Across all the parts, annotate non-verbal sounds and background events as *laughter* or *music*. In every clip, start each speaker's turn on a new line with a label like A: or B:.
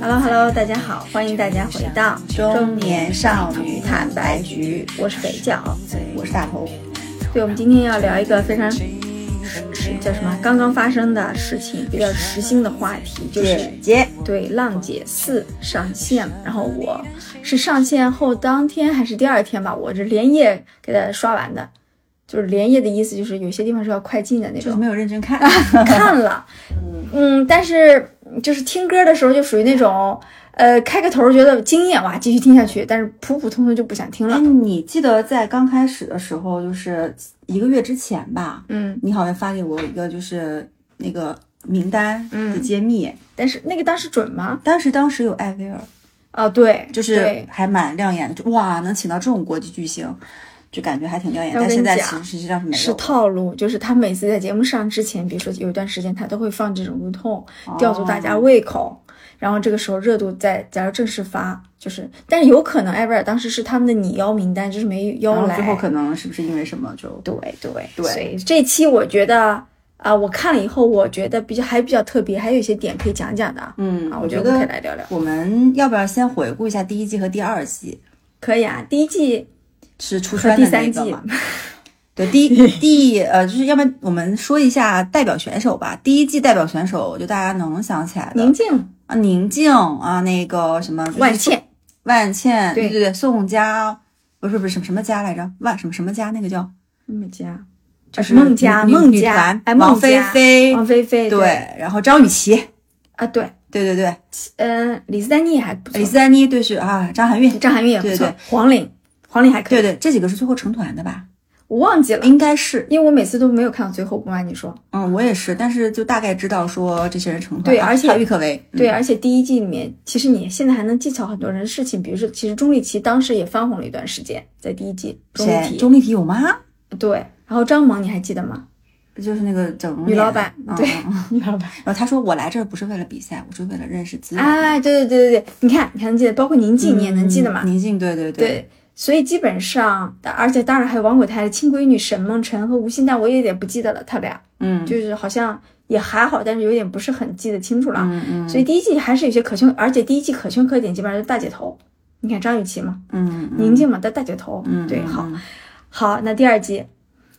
A: Hello Hello，大家好，欢迎大家回到
B: 中年少女
A: 坦白局，我是肥脚。
B: 我是大头。
A: 对，我们今天要聊一个非常时时叫什么刚刚发生的事情，比较时兴的话题，就是
B: 姐姐，
A: 对《浪姐四》上线了。然后我是上线后当天还是第二天吧，我是连夜给它刷完的。就是连夜的意思，就是有些地方是要快进的那
B: 就
A: 种
B: 是。没有认
A: *laughs*
B: 真看。哎
A: 看了，嗯，但是就是听歌的时候就属于那种，呃，开个头觉得惊艳哇，继续听下去，但是普普通通就不想听
B: 哎，
A: 了。
B: 你记得在刚开始的时候，就是一个月之前吧，
A: 嗯，
B: 你好像发给我一个就是那个名单的
A: 嗯
B: 揭秘，
A: 但是那个当时准吗？
B: 当时当时有艾薇儿，
A: 哦，对，
B: 就是
A: 对
B: 还蛮亮眼的，就哇，能请到这种国际巨星，就感觉还挺亮眼。
A: 那我
B: 但
A: 跟
B: 现
A: 你
B: 在
A: 讲
B: 其实实际上是没
A: 是
B: 有的。
A: 套路，就是他每次在节目上之前，比如说有一段时间，他都会放这种无痛，吊足大家
B: 哦
A: 胃口。然后这个时候热度再假如正式发，就是，但是有可能艾薇儿当时是他们的拟邀名单，就是没
B: 然
A: 邀
B: 后
A: 来。
B: 最后可能是不是因为什么就
A: 对对
B: 对
A: 所以这期我觉得啊、我看了以后，我觉得比较还比较特别，还有一些点可以讲讲的啊，
B: 嗯，我
A: 我觉
B: 觉
A: 得我们可以
B: 得
A: 来聊聊。
B: 我们要不要先回顾一下第一季和第二季？
A: 可以啊，第一季
B: 是出
A: 和
B: 川
A: 第
B: 的那
A: 三
B: 个
A: 季
B: 嘛，对，第一
A: *laughs*
B: 第呃，就是要不然我们说一下代表选手吧。第一季代表选手，就大家能想起来的
A: 宁静、
B: 啊，宁静啊，那个什么
A: 万、茜，
B: 万茜，
A: 对
B: 对对对，宋佳，不是不是什么什么佳来着，万什么什么佳那个叫
A: 孟佳，就
B: 就
A: 是是啊孟佳、
B: 女
A: 孟
B: 女
A: 佳
B: 团，
A: 哎，
B: 王
A: 孟
B: 菲
A: 佳、哦
B: 菲，
A: 王菲菲，
B: 对，然后张雨绮，
A: 啊，对，
B: 对对对，
A: 嗯，李斯丹妮也还不错
B: 李，斯丹妮，对是啊，张含韵，
A: 张含韵也不
B: 对
A: 错
B: 对，
A: 黄龄，黄龄还可
B: 对
A: 以，
B: 对，这几个是最后成团的吧？
A: 我忘记了，
B: 应该是，
A: 因为我每次都没有看到最后，不瞒你说，
B: 嗯，我也是，但是就大概知道说这些人成团，
A: 对
B: 啊
A: 而且
B: 还有郁可唯，嗯
A: 对，而且第一季里面，其实你现在还能记巧很多人的事情，比如说，其实钟丽缇当时也翻红了一段时间，在第一季，钟丽
B: 谁？
A: 缇，
B: 钟丽缇有吗？
A: 对，然后张萌你还记得吗？
B: 就是那个整容
A: 女
B: 脸
A: 老板
B: 嗯
A: 对
B: 嗯嗯
A: 你知道吧？
B: 然后他说我来这儿不是为了比赛，我是为了认识资源。
A: 哎，对对对对对，你看你还能记得，包括宁静你也能记得嘛？
B: 宁静，对对
A: 对，所以基本上，而且当然还有王鬼台的亲闺女沈梦辰和吴昕，但我也有点不记得了，他俩
B: 嗯，
A: 就是好像也还好，但是有点不是很记得清楚了。
B: 嗯嗯
A: 所以第一季还是有些可圈，而且第一季可圈可点，基本上就是大姐头。你看张雨绮嘛，
B: 嗯，
A: 宁静嘛，大大姐头，
B: 嗯，嗯
A: 对，好，，
B: 嗯
A: 好，那第二季，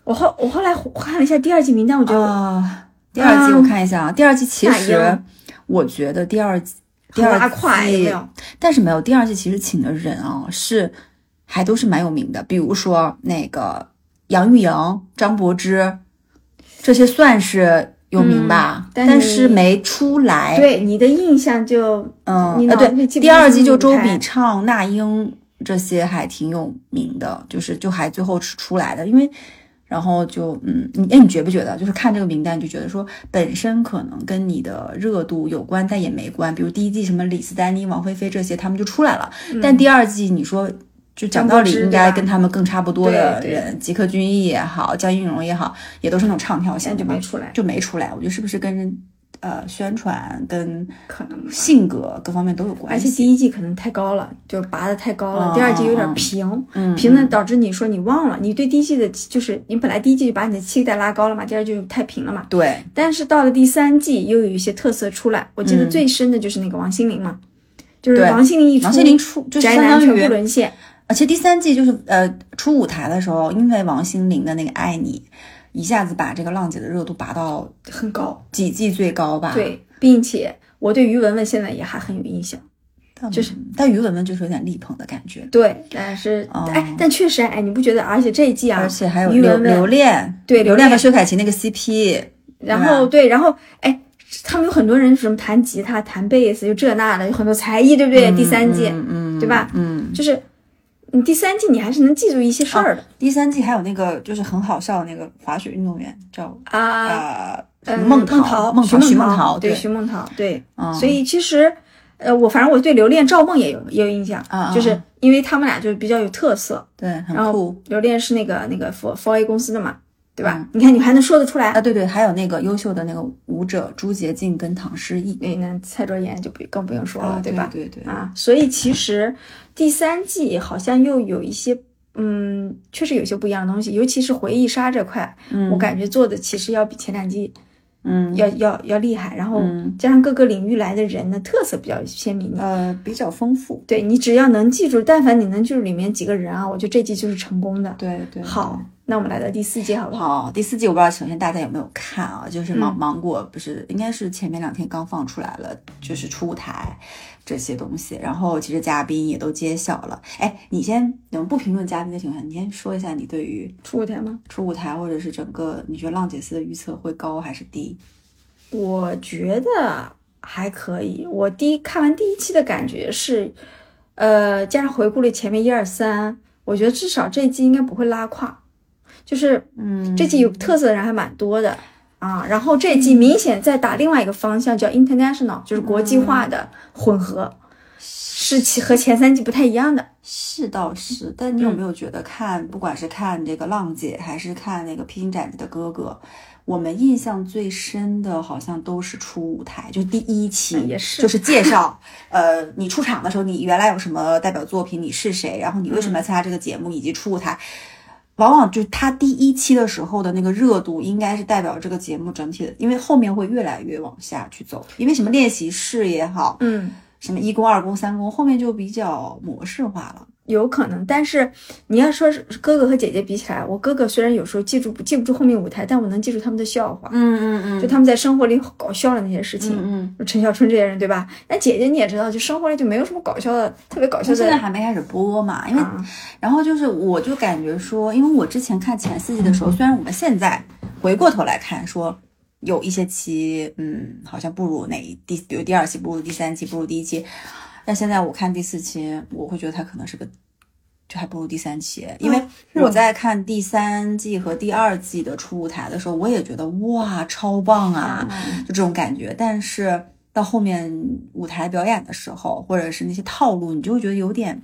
A: 我后我后来看了一下第二季名单，我觉得
B: 啊，第二季我看一下啊，第二季其
A: 那
B: 实
A: 英
B: 我觉得第二季，第
A: 很
B: 二
A: 拉胯，有没
B: 季，
A: 有？
B: 但是没有第二季其实请的人啊是还都是蛮有名的，比如说那个杨钰莹、张柏芝，这些算是有名吧，
A: 但
B: 但
A: 是
B: 是没出来，
A: 对你的印象就
B: 哎嗯，
A: 你
B: 呃
A: 脑子
B: 对，
A: 里记不
B: 第
A: 清
B: 二季
A: 楚
B: 就周
A: 舞台
B: 笔畅、那英这些还挺有名的，就是就还最后是出来的，因为然后就嗯，你哎，你觉不觉得就是看这个名单就觉得说本身可能跟你的热度有关，但也没关，比如第一季什么李斯丹妮、王菲菲这些，他们就出来了，
A: 嗯
B: 但第二季你说。就讲
A: 张
B: 道
A: 柏
B: 理，
A: 芝
B: 应
A: 对
B: 该
A: 吧
B: 跟他们更差不多的
A: 对对
B: 人，吉克隽逸也好，江映蓉也好，也都是那种唱跳型
A: 现在
B: 的
A: 就
B: 嘛
A: 没，出来，
B: 就没出来。我觉得是不是跟呃宣传跟
A: 可能吧。
B: 性格各方面都有关
A: 而且
B: 系。
A: 第一季可能太高了，就是拔的太高了。
B: 嗯
A: 第二季有点
B: 嗯
A: 平，
B: 嗯
A: 平的导致你说你忘了，你对第一季的，就是你本来第一季就把你的期待拉高了嘛，第二季就太平了嘛。
B: 对，
A: 但是到了第三季，又有一些特色出来。我记得
B: 嗯
A: 最深的就是那个王心凌嘛，就是
B: 对
A: 王心凌一出，
B: 王心凌出就是
A: 宅
B: 相
A: 男
B: 当
A: 全部
B: 于，
A: 沦陷。
B: 而且第三季就是呃出舞台的时候，因为王心凌的那个《爱你》，一下子把这个浪姐的热度拔到
A: 很高，
B: 几季最高吧。，
A: 对，并且我对于文文现在也还很有印象。就是
B: 但于文文就是有点力捧的感觉，
A: 对，但是、
B: 哦
A: 哎，但确实哎，你不觉得？而且这一季啊
B: 而，且还有
A: 于
B: 刘
A: 文文
B: 刘恋，
A: 对刘
B: 刘
A: 恋
B: 恋和薛凯琪那个 CP，
A: 然后对，然后哎，他们有很多人什么弹吉他、弹贝斯，就这那的，有很多才艺，对不对？第三季、
B: 嗯嗯，
A: 对吧
B: 嗯，
A: 就是你第三季你还是能记住一些事儿的
B: 第三季还有那个就是很好笑的那个滑雪运动员叫
A: 啊。
B: 呃
A: 呃，
B: 梦
A: 桃，
B: 桃梦
A: 徐
B: 徐
A: 梦
B: 梦桃，
A: 对
B: 对，
A: 徐梦桃，对，
B: 嗯
A: 所以其实。呃，我反正我对刘恋、赵梦也有也有印象，
B: 啊啊
A: 就是因为他们俩就是比较有特色。
B: 对很
A: 然
B: 酷嗯
A: 后。刘恋是那个那个 f o A 公司的嘛，对吧？你看你还能说得出来，
B: 啊，对对，还有那个优秀的那个舞者朱洁静跟唐诗逸，
A: 那哎那蔡卓妍就不更不用说了，
B: 哦对
A: 吧？
B: 对对，
A: 啊，所以其实第三季好像又有一些，嗯，确实有些不一样的东西，尤其是回忆杀这块，
B: 嗯
A: 我感觉做的其实要比前两季
B: 嗯，
A: 要要要厉害，然后
B: 嗯
A: 加上各个领域来的人的特色比较鲜明。
B: 呃比较丰富，
A: 对你只要能记住，但凡你能记住里面几个人啊，我觉得这季就是成功的。
B: 对对，
A: 好，那我们来到第四季好不好？
B: 好，第四季我不知道呈现大家有没有看啊？就是芒
A: 嗯
B: 芒果不是应该是前面两天刚放出来了，就是初舞台这些东西，然后其实嘉宾也都揭晓了。哎，你先，我们不评论嘉宾的情况下，你先说一下你对于
A: 出舞台吗？
B: 初舞台或者是整个，你觉得浪姐四的预测会高还是低？
A: 我觉得还可以。我第一看完第一期的感觉是，呃，加上回顾了前面一二三，我觉得至少这一季应该不会拉胯。就是
B: 嗯
A: 这季有特色的人还蛮多的啊，然后这一季明显在打另外一个方向，叫 international，就是国际化的混合，是其和前三季不太一样的。
B: 是倒是，但
A: 嗯
B: 你有没有觉得看，不管是看这个浪姐，还是看那个披荆斩棘的哥哥，我们印象最深的好像都是初舞台，就第一期，
A: 嗯也是
B: 就是介绍，呃，你出场的时候，你原来有什么代表作品，你是谁，然后你为什
A: 嗯
B: 么要参加这个节目，以及初舞台。往往就是它第一期的时候的那个热度，应该是代表这个节目整体的，因为后面会越来越往下去走，因为什么练习室也好，
A: 嗯，
B: 什么一公、二公、三公，后面就比较模式化了。
A: 有可能，但是你要说是哥哥和姐姐比起来，我哥哥虽然有时候记住不记不住后面舞台，但我能记住他们的笑话，
B: 嗯嗯嗯，
A: 就他们在生活里搞笑的那些事情。
B: 嗯
A: 就陈小春这些人，对吧？那姐姐你也知道，就生活里就没有什么搞笑的，特别搞笑
B: 就现在
A: 的。
B: 还没开始播嘛，因为、
A: 啊
B: 然后就是我就感觉说，因为我之前看前四季的时候，虽然我们现在回过头来看说。有一些期，嗯，好像不如哪一第，比如第二期不如第三期，不如第一期。但现在我看第四期，我会觉得它可能是个，就还不如第三期，因为我在看第三季和第二季的初舞台的时候，我也觉得哇，超棒啊！
A: 嗯
B: 就这种感觉。但是到后面舞台表演的时候，或者是那些套路，你就会觉得有点，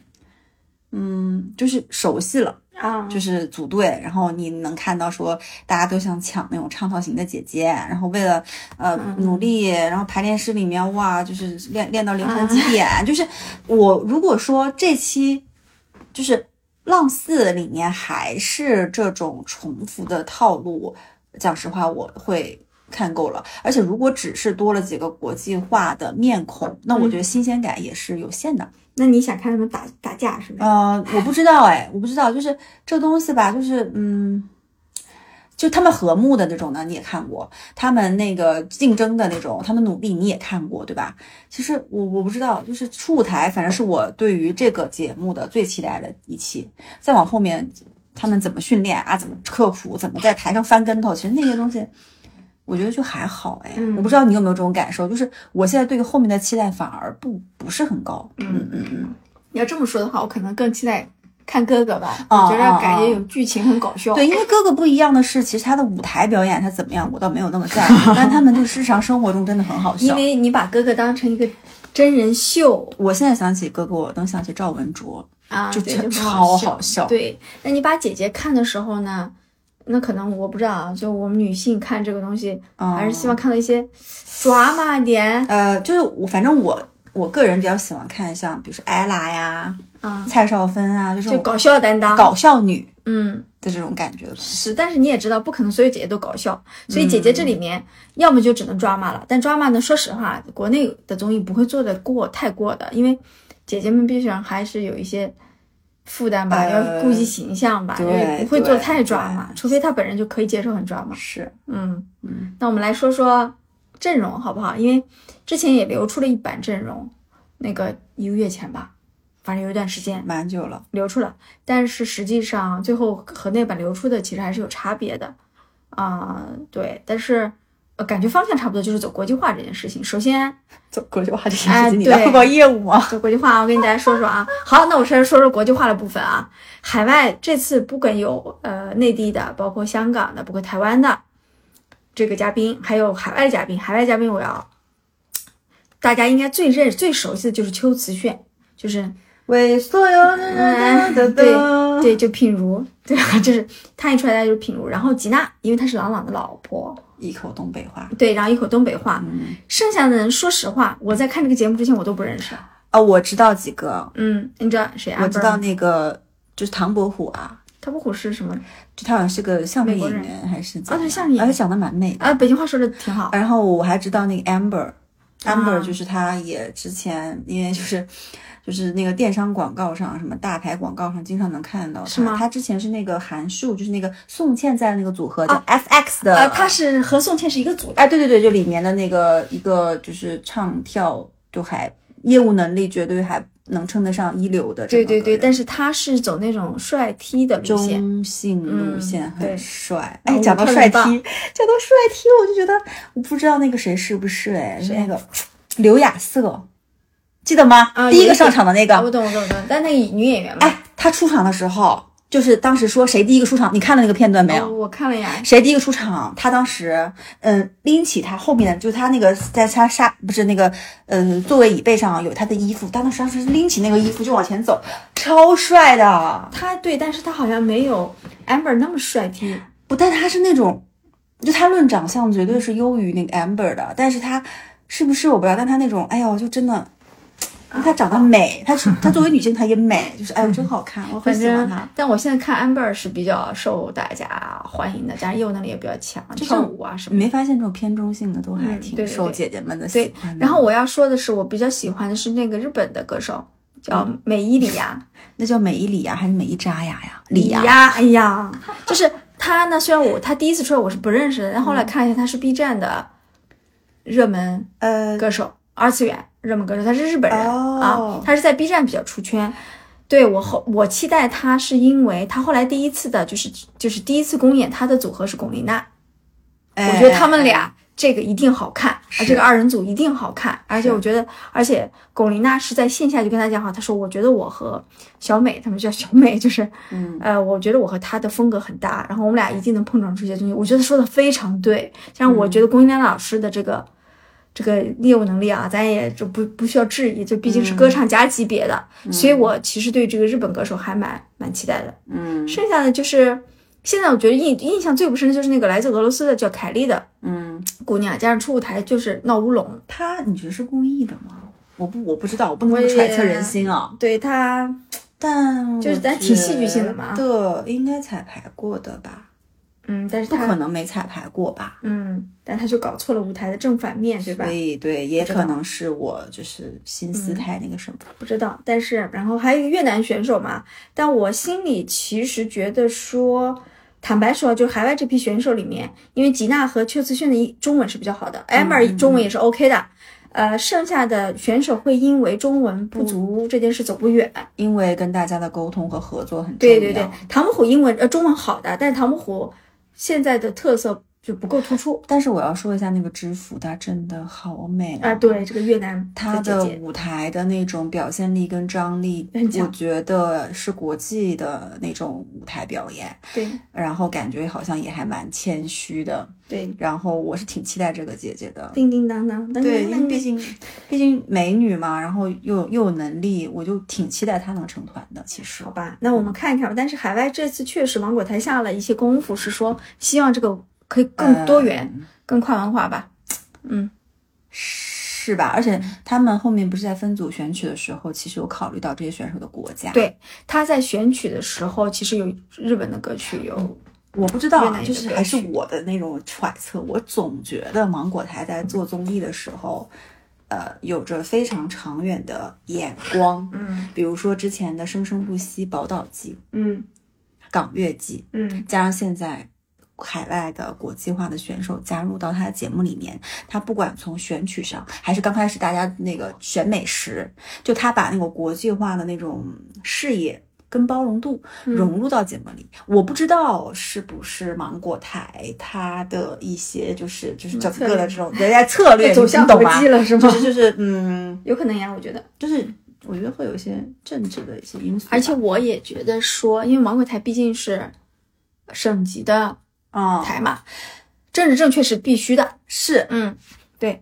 B: 嗯，就是熟悉了，
A: 啊，
B: 就是组队，然后你能看到说大家都想抢那种唱跳型的姐姐，然后为了呃
A: 嗯
B: 努力，然后排练室里面哇，就是练练到凌
A: 嗯
B: 晨几点，就是我如果说这期就是。浪四里面还是这种重复的套路，讲实话，我会看够了。而且如果只是多了几个国际化的面孔，那
A: 嗯
B: 我觉得新鲜感也是有限的。
A: 那你想看他们打打架是不是？
B: 呃，我不知道哎，我不知道，就是这东西吧，就是嗯，就他们和睦的那种呢，你也看过；他们那个竞争的那种，他们努力你也看过，对吧？其实我我不知道，就是初舞台，反正是我对于这个节目的最期待的一期。再往后面，他们怎么训练啊，怎么刻苦，怎么在台上翻跟头，其实那些东西。我觉得就还好哎，
A: 嗯
B: 我不知道你有没有这种感受，就是我现在对于后面的期待反而不不是很高。嗯嗯嗯，
A: 你要这么说的话，我可能更期待看哥哥吧，
B: 哦
A: 我觉得
B: 哦
A: 感觉
B: 哦
A: 有剧情很搞笑。
B: 对，因为哥哥不一样的是，其实他的舞台表演他怎么样，我倒没有那么在 *laughs* 乎，但他们就日常生活中真的很好笑。
A: 因为你把哥哥当成一个真人秀
B: 我现在想起哥哥，我能想起赵文卓，
A: 啊，
B: 就
A: 对就
B: 超
A: 很
B: 超
A: 笑
B: 好笑。
A: 对，那你把姐姐看的时候呢，那可能我不知道啊，就我们女性看这个东西，
B: 嗯，
A: 还是希望看到一些抓马点
B: 呃，就是我反正我我个人比较喜欢看像比如说艾拉呀、
A: 啊，
B: 蔡少芬啊，就是
A: 就搞笑担当。
B: 搞笑女
A: 嗯，
B: 的这种感觉。
A: 是，但是你也知道，不可能所有姐姐都搞笑，所以姐姐这
B: 嗯
A: 里面要么就只能抓马了，但抓马呢，说实话，国内的综艺不会做的过太过的，因为姐姐们必须还是有一些。负担吧，
B: 呃
A: 要顾及形象吧，
B: 对
A: 也不会做太抓
B: 对
A: 马，除非她本人就可以接受很抓马。
B: 是，
A: 嗯，
B: 嗯，
A: 那我们来说说阵容好不好？因为之前也流出了一版阵容，那个一个月前吧，反正有一段时间
B: 蛮久了。
A: 流出了，但是实际上最后和那版流出的其实还是有差别的啊、对，但是。呃，感觉方向差不多，就是走国际化这件事情。首先，
B: 走国际化这件
A: 哎
B: 事情，你
A: 对
B: 聊过业务吗？
A: 走国际化，我跟大家说说啊。好，那我先说说国际化的部分啊。海外这次不管有呃内地的，包括香港的，包括台湾的这个嘉宾，还有海外的嘉宾。海外嘉宾我要，大家应该最认最熟悉的就是秋瓷炫，就是
B: 为所有的人的
A: 对
B: *laughs* 哎
A: 对，就品如，对吧？就是他一出来大家就是品如，然后吉娜，因为她是郎朗的老婆，
B: 一口东北话。
A: 对，然后一口东北话。
B: 嗯，
A: 剩下的人，说实话，我在看这个节目之前我都不认识。
B: 哦啊，我知道几个，
A: 嗯，你知道谁啊？
B: 我知道那个就是唐伯虎啊，
A: 他不虎是什么
B: 就他好像是个相声
A: 美国
B: 演
A: 人
B: 员还是
A: 啊
B: 怎么
A: 对
B: 样
A: 相声演
B: 而且
A: 员
B: 长得蛮美的。
A: 啊？北京话说的挺好，
B: 然后我还知道那个 Amber。Amber
A: 啊
B: 就是他，也之前因为就是就是那个电商广告上，什么大牌广告上，经常能看到
A: 是吗
B: 他。他之前是那个韩束，就是那个宋茜在那个组合叫 FX 的，
A: 哦啊，他是和宋茜是一个组的，
B: 哎，对对对，就里面的那个一个就是唱跳，就还业务能力绝对还能称得上一流的这
A: 对
B: 么个
A: 对对，
B: 人。
A: 但是他是走那种帅 T 的路线，
B: 中性路线
A: 嗯对
B: 很帅。
A: 然
B: 哎，
A: 后
B: 讲到
A: 我特别
B: 帅 T，讲
A: 棒
B: 到帅 T，我就觉得我不知道那个谁是不是哎，是
A: 谁
B: 那个刘亚瑟，记得吗？
A: 啊
B: 第
A: 有
B: 一
A: 一
B: 个
A: 个
B: 上场的那
A: 啊，我
B: 个。
A: 懂我懂我懂，但那个女演员嘛，
B: 哎，他出场的时候，就是当时说谁第一个出场，你看到那个片段没有？
A: 哦我看了一眼，
B: 谁第一个出场？他当时，嗯，拎起他后面的，就是他那个在他沙不是那个，呃，座位椅背上有他的衣服，他当时当时拎起那个衣服就往前走，超帅的。
A: 他对，但是他好像没有 Amber 那么帅 T，
B: 不，但他是那种，就他论长相绝对是优于那个 Amber 的，但是他是不是我不知道，但他那种，哎呦，就真的。因为她长得美，她是她作为女性她也美，就是哎呦真好看，我很
A: 反
B: 喜欢
A: 正
B: 她。，
A: 但我现在看 Amber 是比较受大家欢迎的，加上业务能力也比较强，跳舞啊什
B: 你
A: 么的。
B: 没发现这种偏中性的都还
A: 嗯
B: 挺
A: 对对
B: 受
A: 对
B: 姐姐们的喜
A: 对
B: 欢的。
A: 然后我要说的是，我比较喜欢的是那个日本的歌手，叫
B: 嗯
A: 美伊里亚。
B: 那叫美伊里亚还是美伊扎雅呀？里亚。
A: 哎呀， *laughs* 就是他呢。虽然我他第一次出来我是不认识的，但
B: 嗯
A: 后来看了一下他是 B 站的热门
B: 呃，
A: 歌手，二次元热门歌手，他是日本人、啊，
B: 哦
A: 他是在 B 站比较出圈。对我后我期待他是因为他后来第一次的就是就是第一次公演，他的组合是龚琳娜，
B: 我
A: 我觉得他们俩这个一定好看，啊，
B: 哎是
A: 这个二人组一定好看。而且
B: 是
A: 我觉得，而且龚琳娜是在线下就跟他讲好，她说我觉得我和小美，他们叫小美，就是，
B: 嗯
A: 呃，我觉得我和她的风格很搭，然后我们俩一定能碰撞出一些东西。我觉得说的非常对，像
B: 嗯
A: 我觉得龚琳娜老师的这个。这个业务能力啊，咱也就不不需要质疑，这毕竟是
B: 嗯
A: 歌唱家级别的，所以我其实对这个日本歌手还蛮蛮期待的。
B: 嗯
A: 剩下的就是现在我觉得印印象最不深的就是那个来自俄罗斯的叫凯莉的
B: 嗯，
A: 姑娘，加上初舞台就是闹乌龙，
B: 他你觉得是故意的吗？我不我不知道，我不能
A: 我
B: 这么
A: 也
B: 揣测人心啊。
A: 对她
B: 但
A: 就是
B: 我
A: 咱挺戏剧性的嘛
B: 觉得应该彩排过的吧？
A: 嗯，但是
B: 不可
A: 她
B: 能没彩排过吧？
A: 嗯，但她就搞错了舞台的正反面，对吧
B: 所？以对，也
A: 不知道嗯
B: 可能是我就是心思太那个什么。
A: 不知道，但是然后还有一个越南选手嘛，但我心里其实觉得说。坦白说，就是海外这批选手里面，因为吉娜和邱慈炫的一中文是比较好的，Emma 中文也是 OK 的，呃，剩下的选手会因为中文不足这件事走不远。
B: 因为跟大家的沟通和合作很重要。
A: 对对对，唐伯虎英文呃中文好的，但是唐伯虎现在的特色就不够突出
B: 但是我要说一下那个知府，她真的好美
A: 啊。对，这个越南
B: 她
A: 的
B: 的
A: 姐姐
B: 舞台的那种表现力跟张力
A: 很，强
B: 我觉得是国际的那种舞台表演，
A: 对
B: 然后感觉好像也还蛮谦虚的，
A: 对
B: 然后我是挺期待这个姐姐的。
A: 叮叮当当，
B: 对，
A: 叮当
B: 因为
A: 当
B: 毕竟毕竟美女嘛，然后又有又有能力，我就挺期待她能成团的。其实
A: 好，吧，那我们看一看吧。但是海外这次确实芒果台下了一些功夫，是说希望这个可以更多元、
B: 嗯
A: 更跨文化吧。
B: 是吧？而且他们后面不是在分组选取的时候，其实有考虑到这些选手的国家。
A: 对他在选曲的时候，其实有日本的歌曲，有
B: 我不知道
A: 越
B: 啊，
A: 南也
B: 就是是
A: 歌
B: 还是
A: 曲
B: 我的那种揣测，我总觉得芒果台在做综艺的时候，呃，有着非常长远的眼光。
A: 嗯
B: 比如说之前的《生生不息》《宝岛季》《
A: 嗯
B: 港乐季
A: 嗯》，
B: 加上现在海外的国际化的选手加入到他的节目里面，他不管从选曲上，还是刚开始大家那个选美食，就他把那个国际化的那种视野。跟包容度
A: 嗯
B: 融入到节目里，我不知道是不是芒果台它的一些就是就是整个的这种人家策略，
A: 嗯 *laughs* 走向
B: 你懂
A: 国
B: 吗
A: 际？了是吗
B: 就？是就是嗯，
A: 有可能呀，我觉得。
B: 就是我觉得会有一些政治的一些因素吧，
A: 而且我也觉得说，因为芒果台毕竟是省级的
B: 啊、
A: 台嘛，政治正确是必须的。
B: 是
A: 嗯，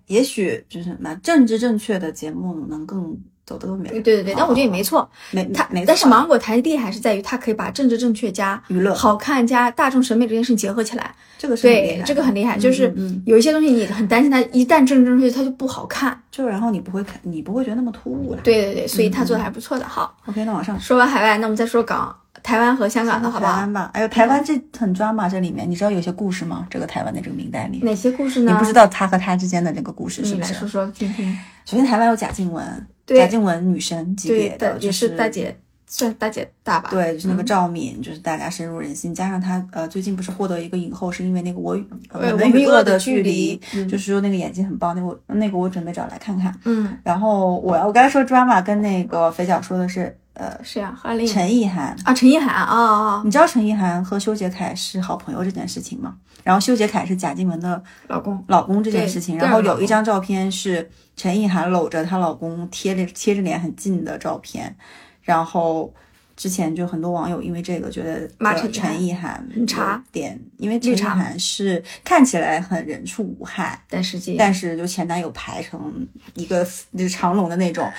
B: 也许就是蛮政治正确的节目能更走得更远。
A: 对对对，但我觉得也没错。
B: 没
A: 它
B: 哦没错，
A: 但是芒果台厉害是在于它可以把政治正确加
B: 娱乐
A: 好看加大众审美这件事情结合起来。
B: 这个是很厉
A: 对
B: 害，
A: 这个很厉害，就是
B: 嗯嗯
A: 有一些东西你很担心它一旦政治正确，它就不好看。
B: 就然后你不会看，你不会觉得那么突兀了。嗯
A: 对对对，所以他做的还不错的。好，
B: ，OK，那往上
A: 说完海外，那我们再说港台湾和香港的好不
B: 台
A: 好？
B: 湾吧，哎呦，台湾这很抓马，这里面你知道有些故事吗？这个台湾的这个名单里，
A: 哪些故事
B: 你
A: 呢？
B: 不知道他和他之间的这个故事是
A: 你
B: 不
A: 来
B: 是？
A: 说说听听。
B: 首先，台湾有贾静雯，
A: 对
B: 贾静雯女神级
A: 对
B: 别
A: 的
B: 的，，
A: 也
B: 就是
A: 大，姐，算大姐大吧？嗯
B: 对，就是那个赵敏，就是大家深入人心。加上她呃，最近不是获得一个影后，是因为那个我与
A: 呃
B: 呃
A: 我
B: 们
A: 们
B: 与
A: 与
B: 恶
A: 恶的
B: 的
A: 距
B: 距离
A: 离，嗯
B: 就是说那个演技很棒，那个我那个我准备找来看看。
A: 嗯，
B: 然后我我刚才说 drama 跟那个肥脚说的是呃
A: 是呀，花令
B: 陈嗯意涵，
A: 啊，陈意涵啊啊，啊
B: 你知道陈意涵和修杰楷是好朋友这件事情吗？然后修杰楷是贾静雯的
A: 老公，
B: 老公这件
A: 对
B: 事情，
A: 第二
B: 然后
A: 个老
B: 有
A: 公
B: 一张照片是陈意涵搂着她老公贴着贴着脸很近的照片，然后之前就很多网友因为这个觉得
A: 骂
B: 呃
A: 陈意涵
B: 陈意涵
A: 很茶
B: 有点，因为陈意
A: 绿茶
B: 涵是看起来很人畜无害，
A: 但实际
B: 但是就前男友排成一个就是长龙的那种，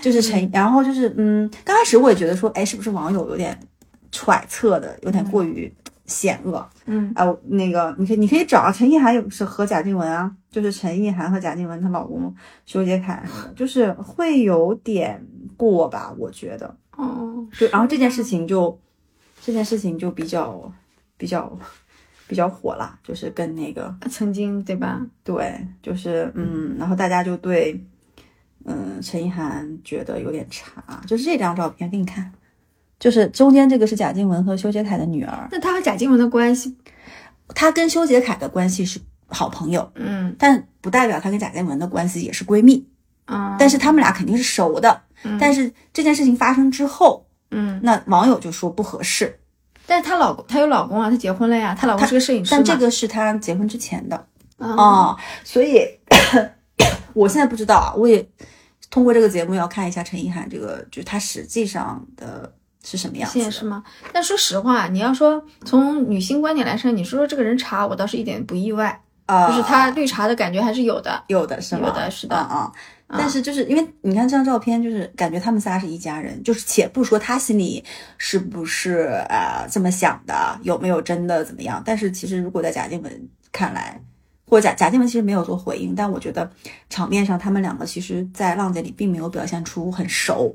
B: 就是陈，然后就是嗯，刚开始我也觉得说，哎，是不是网友有点揣测的，有点过于险恶，
A: 嗯，
B: 哎，我那个你可以你可以找啊陈意涵有是和贾静雯啊，就是陈意涵和贾静雯她老公修杰楷什么的，就是会有点过吧，我觉得。
A: 哦，
B: 对，然后这件事情就这件事情就比较比较比较火啦，就是跟那个
A: 曾经对吧？
B: 对，就是嗯，然后大家就对嗯陈意涵觉得有点差，就是这张照片给你看，就是中间这个是贾静雯和修杰楷的女儿，
A: 那他和贾静雯的关系，
B: 她跟修杰楷的关系是好朋友。
A: 嗯
B: 但不代表她跟贾静雯的关系也是闺蜜，
A: 啊，
B: 但是他们俩肯定是熟的。
A: 嗯
B: 但是这件事情发生之后，
A: 嗯，
B: 那网友就说不合适，
A: 但是她老公，她有老公啊，她结婚了呀，她老公是个摄影师嘛
B: 但这个是她结婚之前的
A: 啊，
B: 啊、所以 *coughs* 我现在不知道啊，我也通过这个节目要看一下陈意涵这个，就是她实际上的是什么样
A: 现在
B: 子
A: 是
B: 的。
A: 吗？但说实话，你要说从女性观点来说，你说说这个人茶，我倒是一点不意外，
B: 啊，
A: 就是她绿茶的感觉还是有的。
B: 有的是吗？
A: 有的是的
B: 啊、嗯但是就是因为你看这张照片，就是感觉他们仨是一家人，就是且不说他心里是不是啊、呃这么想的，有没有真的怎么样，但是其实如果在贾静雯看来，或者贾贾静雯其实没有做回应，但我觉得场面上他们两个其实，在浪姐里并没有表现出很熟。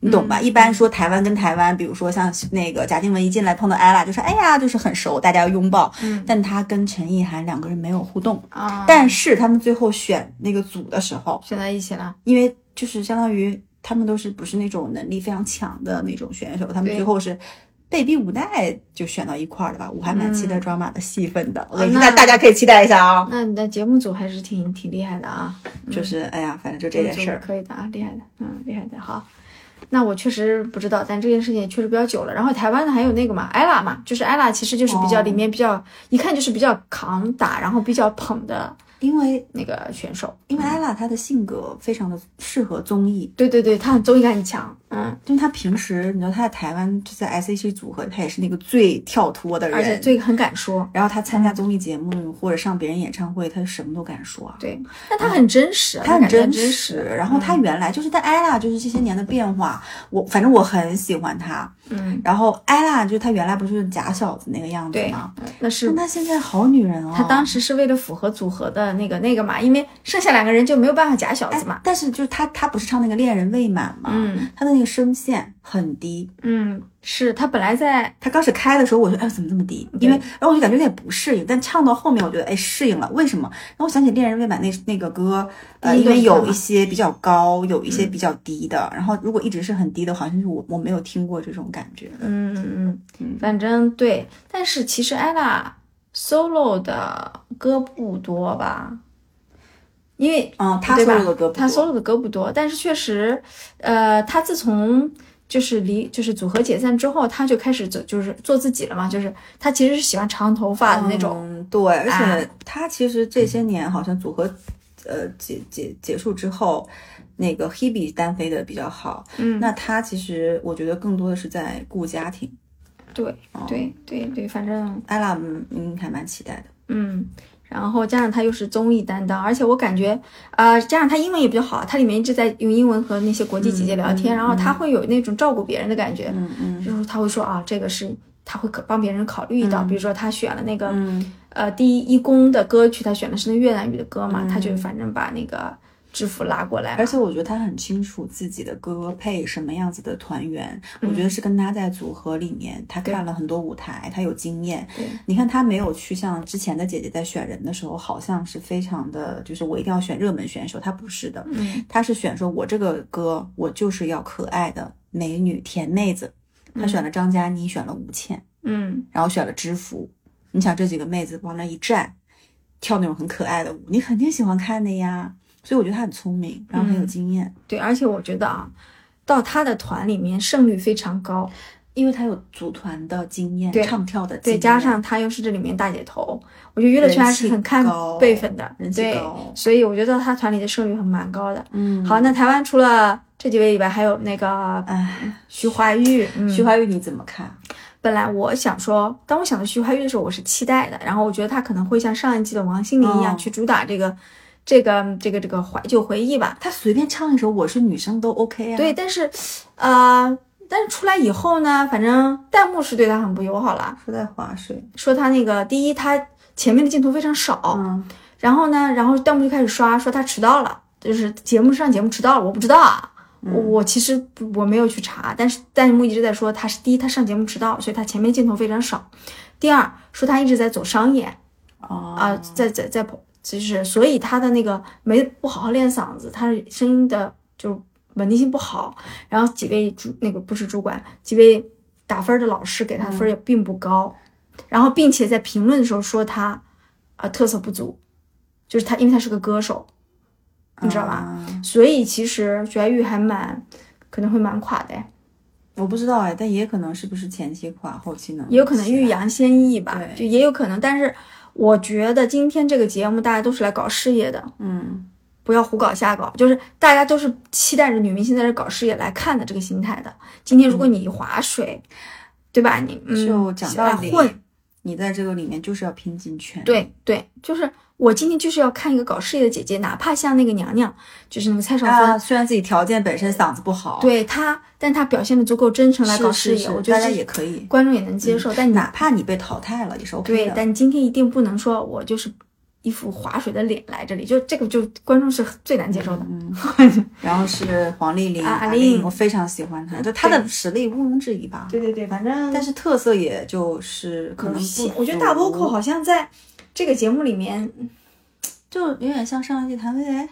B: 你懂
A: 嗯
B: 吧？一般说台湾跟台湾，比如说像那个贾静雯一进来碰到 ella，就说哎呀，就是很熟，大家要拥抱。
A: 嗯
B: 但她跟陈意涵两个人没有互动，
A: 啊，
B: 但是他们最后选那个组的时候，
A: 选在一起了，
B: 因为就是相当于他们都是不是那种能力非常强的那种选手，他们
A: 对
B: 最后是被逼无奈就选到一块儿了吧？我还蛮期待 drama 的戏份的，我跟你说，
A: 嗯哦那
B: 大大家可以期待一下啊、
A: 那你的节目组还是挺挺厉害的啊，
B: 就是哎呀，反正就这件事儿，
A: 可以的啊，厉害的，嗯，厉害的，好。那我确实不知道，但这件事情也确实比较久了。然后台湾的还有那个嘛，艾拉嘛，就是艾拉，其实就是比较
B: 哦
A: 里面比较、一看就是比较扛打，然后比较捧的
B: 因为
A: 那个选手。
B: 因为 ella 她的性格非常的适合综艺，
A: 对对对，他很综艺感很强，嗯，
B: 因为她平时你知道她在台湾就在 SHE 组合，她也是那个最跳脱的人，
A: 而且最很敢说。
B: 然后她参加综艺节目或者上别人演唱会，她什么都敢说啊。
A: 对，但他很真实，
B: 他
A: 感
B: 很
A: 觉
B: 真
A: 很
B: 实，
A: 实。嗯
B: 然后他原来就是但艾拉，就是这些年的变化，我反正我很喜欢他。
A: 嗯，
B: 然后艾拉就是他原来不是假小子那个样子
A: 对
B: 吗？，
A: 那是
B: 但他现在好女人哦。
A: 他当时是为了符合组合的那个那个嘛，因为剩下两个人就没有办法假小
B: 哎
A: 子嘛。
B: 但是就是他他不是唱那个恋人未满吗？
A: 嗯
B: 他的那个声线很低。
A: 嗯，是他本来在
B: 他刚始开的时候，我说哎怎么这么低？因为然后我就感觉有点不适应，但唱到后面我觉得哎适应了。为什么？然后我想起《恋人未满》那那个歌，嗯呃，
A: 第一
B: 因
A: 个
B: 为
A: 是
B: 有
A: 他
B: 一些比较高，有一些比较低的。然后如果一直是很低的，好像是我我没有听过这种感觉。
A: 嗯嗯嗯
B: 嗯，
A: 反正对，但是其实艾拉 solo 的歌不多吧，因为
B: 嗯，他
A: 对吧
B: solo 的歌不
A: 他
B: 多
A: solo 的歌不多，但是确实，呃，他自从就是离就是组合解散之后，他就开始做就是做自己了嘛，就是他其实是喜欢长头发的那种，
B: 嗯对，而
A: 啊
B: 且他其实这些年好像组合，呃，结结结束之后，那个 Hebe 单飞的比较好。
A: 嗯，
B: 那他其实我觉得更多的是在顾家庭。
A: 对
B: 哦
A: 对对对，反正
B: 艾拉，嗯嗯，还蛮期待的。
A: 嗯，然后加上他又是综艺担当，而且我感觉，呃，加上他英文也比较好，他里面一直在用英文和那些国际姐姐聊天，
B: 嗯嗯
A: 然后他会有那种照顾别人的感觉，
B: 嗯嗯
A: 就是他会说啊，这个是他会可帮别人考虑到，比如说他选了那个、
B: 嗯
A: 呃第一一公的歌曲，他选的是那越南语的歌嘛，他就反正把那个制服拉过来嘛。
B: 嗯而且我觉得他很清楚自己的歌配什么样子的团员，我觉得是跟他在组合里面，他看了很多舞台，他有经验。
A: 对
B: 你看他没有去像之前的姐姐在选人的时候，好像是非常的，就是我一定要选热门选手，他不是的，
A: 嗯
B: 他是选说我这个歌我就是要可爱的美女甜妹子，他选了张嘉倪，选了吴倩。
A: 嗯，
B: 然后选了知府。你想这几个妹子往那一站，跳那种很可爱的舞，你肯定喜欢看的呀。所以我觉得她很聪明，然后
A: 嗯
B: 很有经验，
A: 对，而且我觉得啊，到他的团里面胜率非常高，
B: 因为她有组团的经验，
A: 对
B: 唱跳的经
A: 对，
B: 验，
A: 加上他又是这里面大姐头，我觉得娱乐圈还是很看
B: 人气高
A: 辈分的
B: 人，气
A: 对
B: 高，
A: 所以我觉得他团里的胜率很蛮高的。
B: 嗯，
A: 好，那台湾除了这几位以外，还有那个嗯
B: 哎，
A: 徐怀钰，嗯
B: 徐怀钰你怎么看？
A: 本来我想说，当我想到徐怀钰的时候，我是期待的，然后我觉得她可能会像上一季的王心凌一样、
B: 哦
A: 去主打这个、这个、这个、这个怀旧回忆吧。
B: 她随便唱一首《我是女生》都 OK 啊。
A: 对，，但是，呃，但是出来以后呢，反正弹幕是对她很不友好了，
B: 是在划水。
A: 说她那个第一，她前面的镜头非常少，
B: 嗯，
A: 然后呢，然后弹幕就开始刷，说她迟到了，就是节目上节目迟到了，我不知道啊。我我其实不我没有去查，但是弹幕一直在说她是第一，她上节目迟到，所以她前面镜头非常少；第二，说她一直在走商演，
B: 哦，
A: 啊、在在在跑，就是所以他的那个没不好好练嗓子，他的声音的就是稳定性不好。然后几位主那个不是主管，几位打分的老师给他分儿也并不高，然后并且在评论的时候说他啊、特色不足，就是他因为他是个歌手，你知道吧？
B: 啊？
A: 所以其实徐怀钰还蛮可能会蛮垮的，
B: 我不知道哎，但也可能是不是前期垮，后期能
A: 也有可能
B: 起来
A: 欲扬先抑吧，就
B: 对
A: 也有可能。但是我觉得今天这个节目大家都是来搞事业的，
B: 嗯，
A: 不要胡搞瞎搞，就是大家都是期待着女明星在这搞事业来看的这个心态的。今天如果你划水，对吧？你嗯，
B: 嗯就讲道理，
A: 混，
B: 你在这个里面就是要拼尽全力。
A: 对对，就是我今天就是要看一个搞事业的姐姐，哪怕像那个娘娘，就是那个蔡少芬，
B: 啊，虽然自己条件本身嗓子不好，，
A: 对她，但她表现的足够真诚来
B: 是
A: 搞事
B: 是
A: 业，
B: 是，
A: 我觉得
B: 大家
A: 这
B: 也可以，
A: 观众也能接受。但你
B: 哪怕你被淘汰了也是 OK
A: 对，
B: 的。
A: 但你今天一定不能说我就是一副划水的脸来这里，就这个就观众是最难接受的。
B: 嗯
A: *laughs*
B: 然后是黄丽玲，
A: 啊
B: 阿
A: 阿令
B: 我非常喜欢她，就她的实力毋庸置疑吧。
A: 对对对，反正
B: 但是特色也就是可能不足，
A: 我觉得大 vocal 好像在这个节目里面
B: 就有点像上一季谭维维。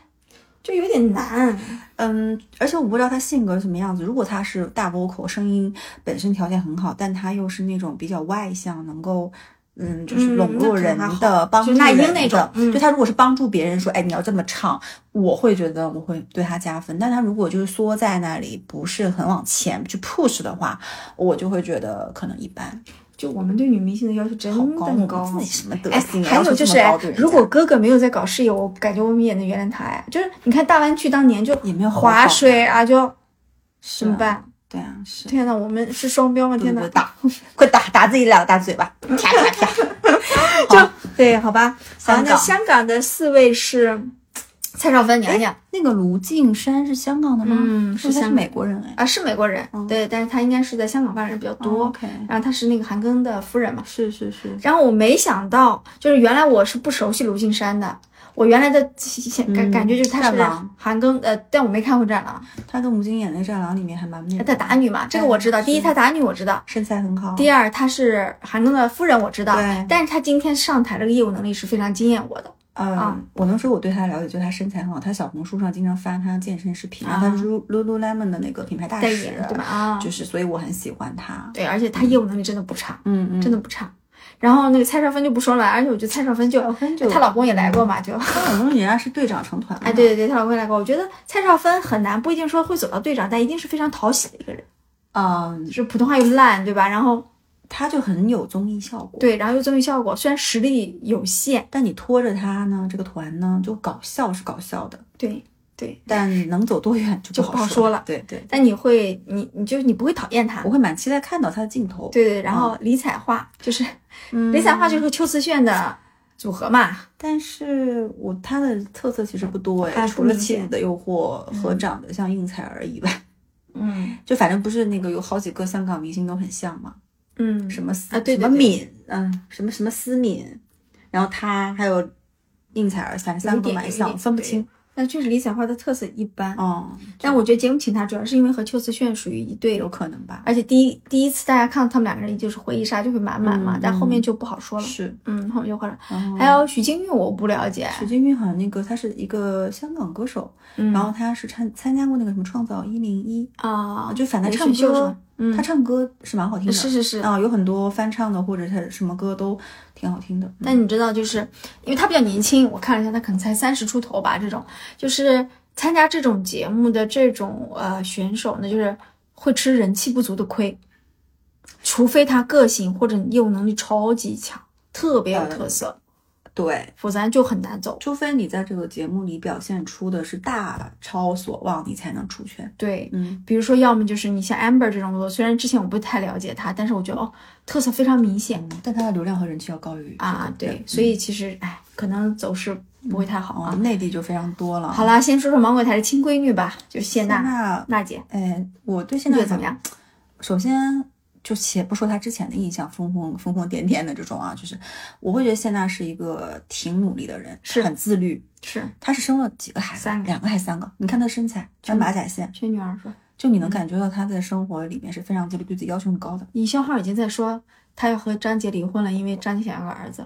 A: 就有点难。
B: 嗯，而且我不知道她性格是什么样子。如果她是大 vocal，声音本身条件很好，但她又是那种比较外向，能够。嗯，就是
A: 嗯
B: 笼络
A: 那可能
B: 人
A: 还好
B: 的，帮助
A: 就那
B: 人
A: 英
B: 的，
A: 那种嗯
B: 就她如果是帮助别人说，哎，你要这么唱，我会觉得我会对她加分。但她如果就是缩在那里，不是很往前去 push 的话，我就会觉得可能一般。
A: 就我们对女明星的要求真的
B: 高，
A: 很高
B: 我们自己什么德
A: 哎
B: 行啊？，
A: 还
B: 要
A: 有
B: 求
A: 就
B: 这么
A: 是
B: 高
A: 哎
B: 对，人
A: 如
B: 家
A: 果哥哥没有在搞事业，我感觉我们也能原谅他哎。就是你看大湾区当年就
B: 也没有
A: 划水啊，就
B: 怎
A: 怎么？办？
B: 对啊，是
A: 天呐，我们是双标吗？天呐
B: 对，打， *laughs* 快打打自己两个大嘴巴，啪啪啪。
A: 对，好吧。好，
B: 啊香
A: 那
B: 港
A: 香港的四位是哎蔡少芬、娘娘
B: 那个卢靖姗是香港的吗？
A: 嗯是
B: 他
A: 香
B: 是
A: 港
B: 美国人哎。
A: 啊，是美国人，对，但是她应该是在香港发展比较
B: 哦
A: 多。
B: ，OK，
A: 然后她是那个韩庚的夫人嘛，
B: 是是是，
A: 然后我没想到，就是原来我是不熟悉卢靖姗的，我原来的感感觉就是她是
B: 嗯战狼
A: 韩庚，呃，但我没看过《战狼
B: 他跟吴京演那个《战狼》里面还蛮那》，
A: 她
B: 个，
A: 打女嘛，这个我知道。
B: 是
A: 第一，她打女我知道；
B: 身材很好。
A: 第二，她是韩庚的夫人，我知道
B: 嗯对。
A: 但是她今天上台这个业务能力是非常惊艳我的。啊
B: 嗯，我能说我对他了解，就是他身材很好。他小红书上经常发他健身视频，
A: 啊
B: 然后他是 Lu- Lululemon 的那个品牌大
A: 代
B: 使
A: 言，对吧？啊，
B: 就是所以我很喜欢他。
A: 对，而且她业务能力真的不差，
B: 嗯嗯，
A: 真的不差。然后那个蔡少芬就不说了，而且我觉得蔡少芬就
B: 小芬就嗯
A: 她老公也来过嘛，就。
B: 她老公人家是队长成团嘛，
A: 哎，对对对，她老公也来过。我觉得蔡少芬很难，不一定说会走到队长，但一定是非常讨喜的一个人，
B: 嗯，
A: 就是普通话又烂，对吧？然后
B: 他就很有综艺效果。
A: 对，然后又综艺效果，虽然实力有限，
B: 但你拖着他呢，这个团呢，就搞笑是搞笑的，
A: 对对，
B: 但能走多远就
A: 就
B: 不
A: 不好
B: 说
A: 说了
B: 对对，
A: 但你会，你你就你不会讨厌他
B: 我，会蛮期待看到他的镜头。
A: 对对。然后李彩桦就是、李彩桦就是和邱瓷炫的组合嘛，
B: 但是我他的特色其实不多
A: 哎
B: 哎，
A: 不
B: 除了
A: 明
B: 妻
A: 显
B: 子的诱惑和长得像应采儿以外，
A: 嗯
B: 就反正不是那个有好几个香港明星都很像嘛，
A: 嗯，
B: 什么思
A: 啊对对
B: 什么
A: 对
B: 敏，嗯，什么什么思敏，然后他还有应采儿，反正三
A: 有
B: 个
A: 点
B: 蛮
A: 有
B: 像，
A: 点嗯
B: 分不清。
A: 但确实理想化的特色一般。
B: 哦，
A: 但我觉得节目请他主要是因为和邱慈炫属于一对
B: 有可能吧。
A: 而且第一第一次大家看到他们两个人，就是回忆杀就会满满嘛，
B: 嗯
A: 但后面就不好说了。
B: 是，
A: 嗯，后面就会了。
B: 然后
A: 还有许金玉，我不了解。
B: 许金玉好像那个他是一个香港歌手，
A: 嗯
B: 然后他是参参加过那个什么创造一零一
A: 啊，
B: 就反正
A: 也
B: 唱
A: 许秀是
B: 歌
A: 吧，嗯
B: 他唱歌是蛮好听的，
A: 是是是
B: 啊，有很多翻唱的或者是什么歌都挺好听的。嗯
A: 但你知道，就是因为他比较年轻，我看了一下，他可能才三十出头吧。这种就是参加这种节目的这种呃选手呢，就是会吃人气不足的亏，除非他个性或者业务能力超级强，特别有特色，
B: 对，
A: 否则就很难走。
B: 除非你在这个节目里表现出的是大超所望，你才能出圈。
A: 对，
B: 嗯，
A: 比如说，要么就是你像 Amber 这种，我虽然之前我不太了解他，但是我觉得哦，特色非常明显
B: 但他的流量和人气要高于
A: 啊。
B: 这个
A: 嗯
B: 嗯
A: 对，所以其实哎，可能走势不会太好
B: 哦
A: 啊。，
B: 内地就非常多了。
A: 好啦，先说说芒果台的亲闺女吧，就是谢娜
B: 那
A: 娜姐，
B: 哎，我对现
A: 你觉
B: 在
A: 得怎么样？
B: 首先，就且不说她之前的印象疯疯疯疯癫癫的这种啊，就是我会觉得谢娜是一个挺努力的人，
A: 是
B: 很自律。
A: 是
B: 她是生了几个孩子？
A: 三个
B: 两个还是三个？你看她身材，穿马甲线，
A: 缺女儿说，
B: 就你能感觉到她在生活里面是非常自律，对自己要求很高的。
A: 尹孝浩已经在说他要和张杰离婚了，因为张杰想要个儿子。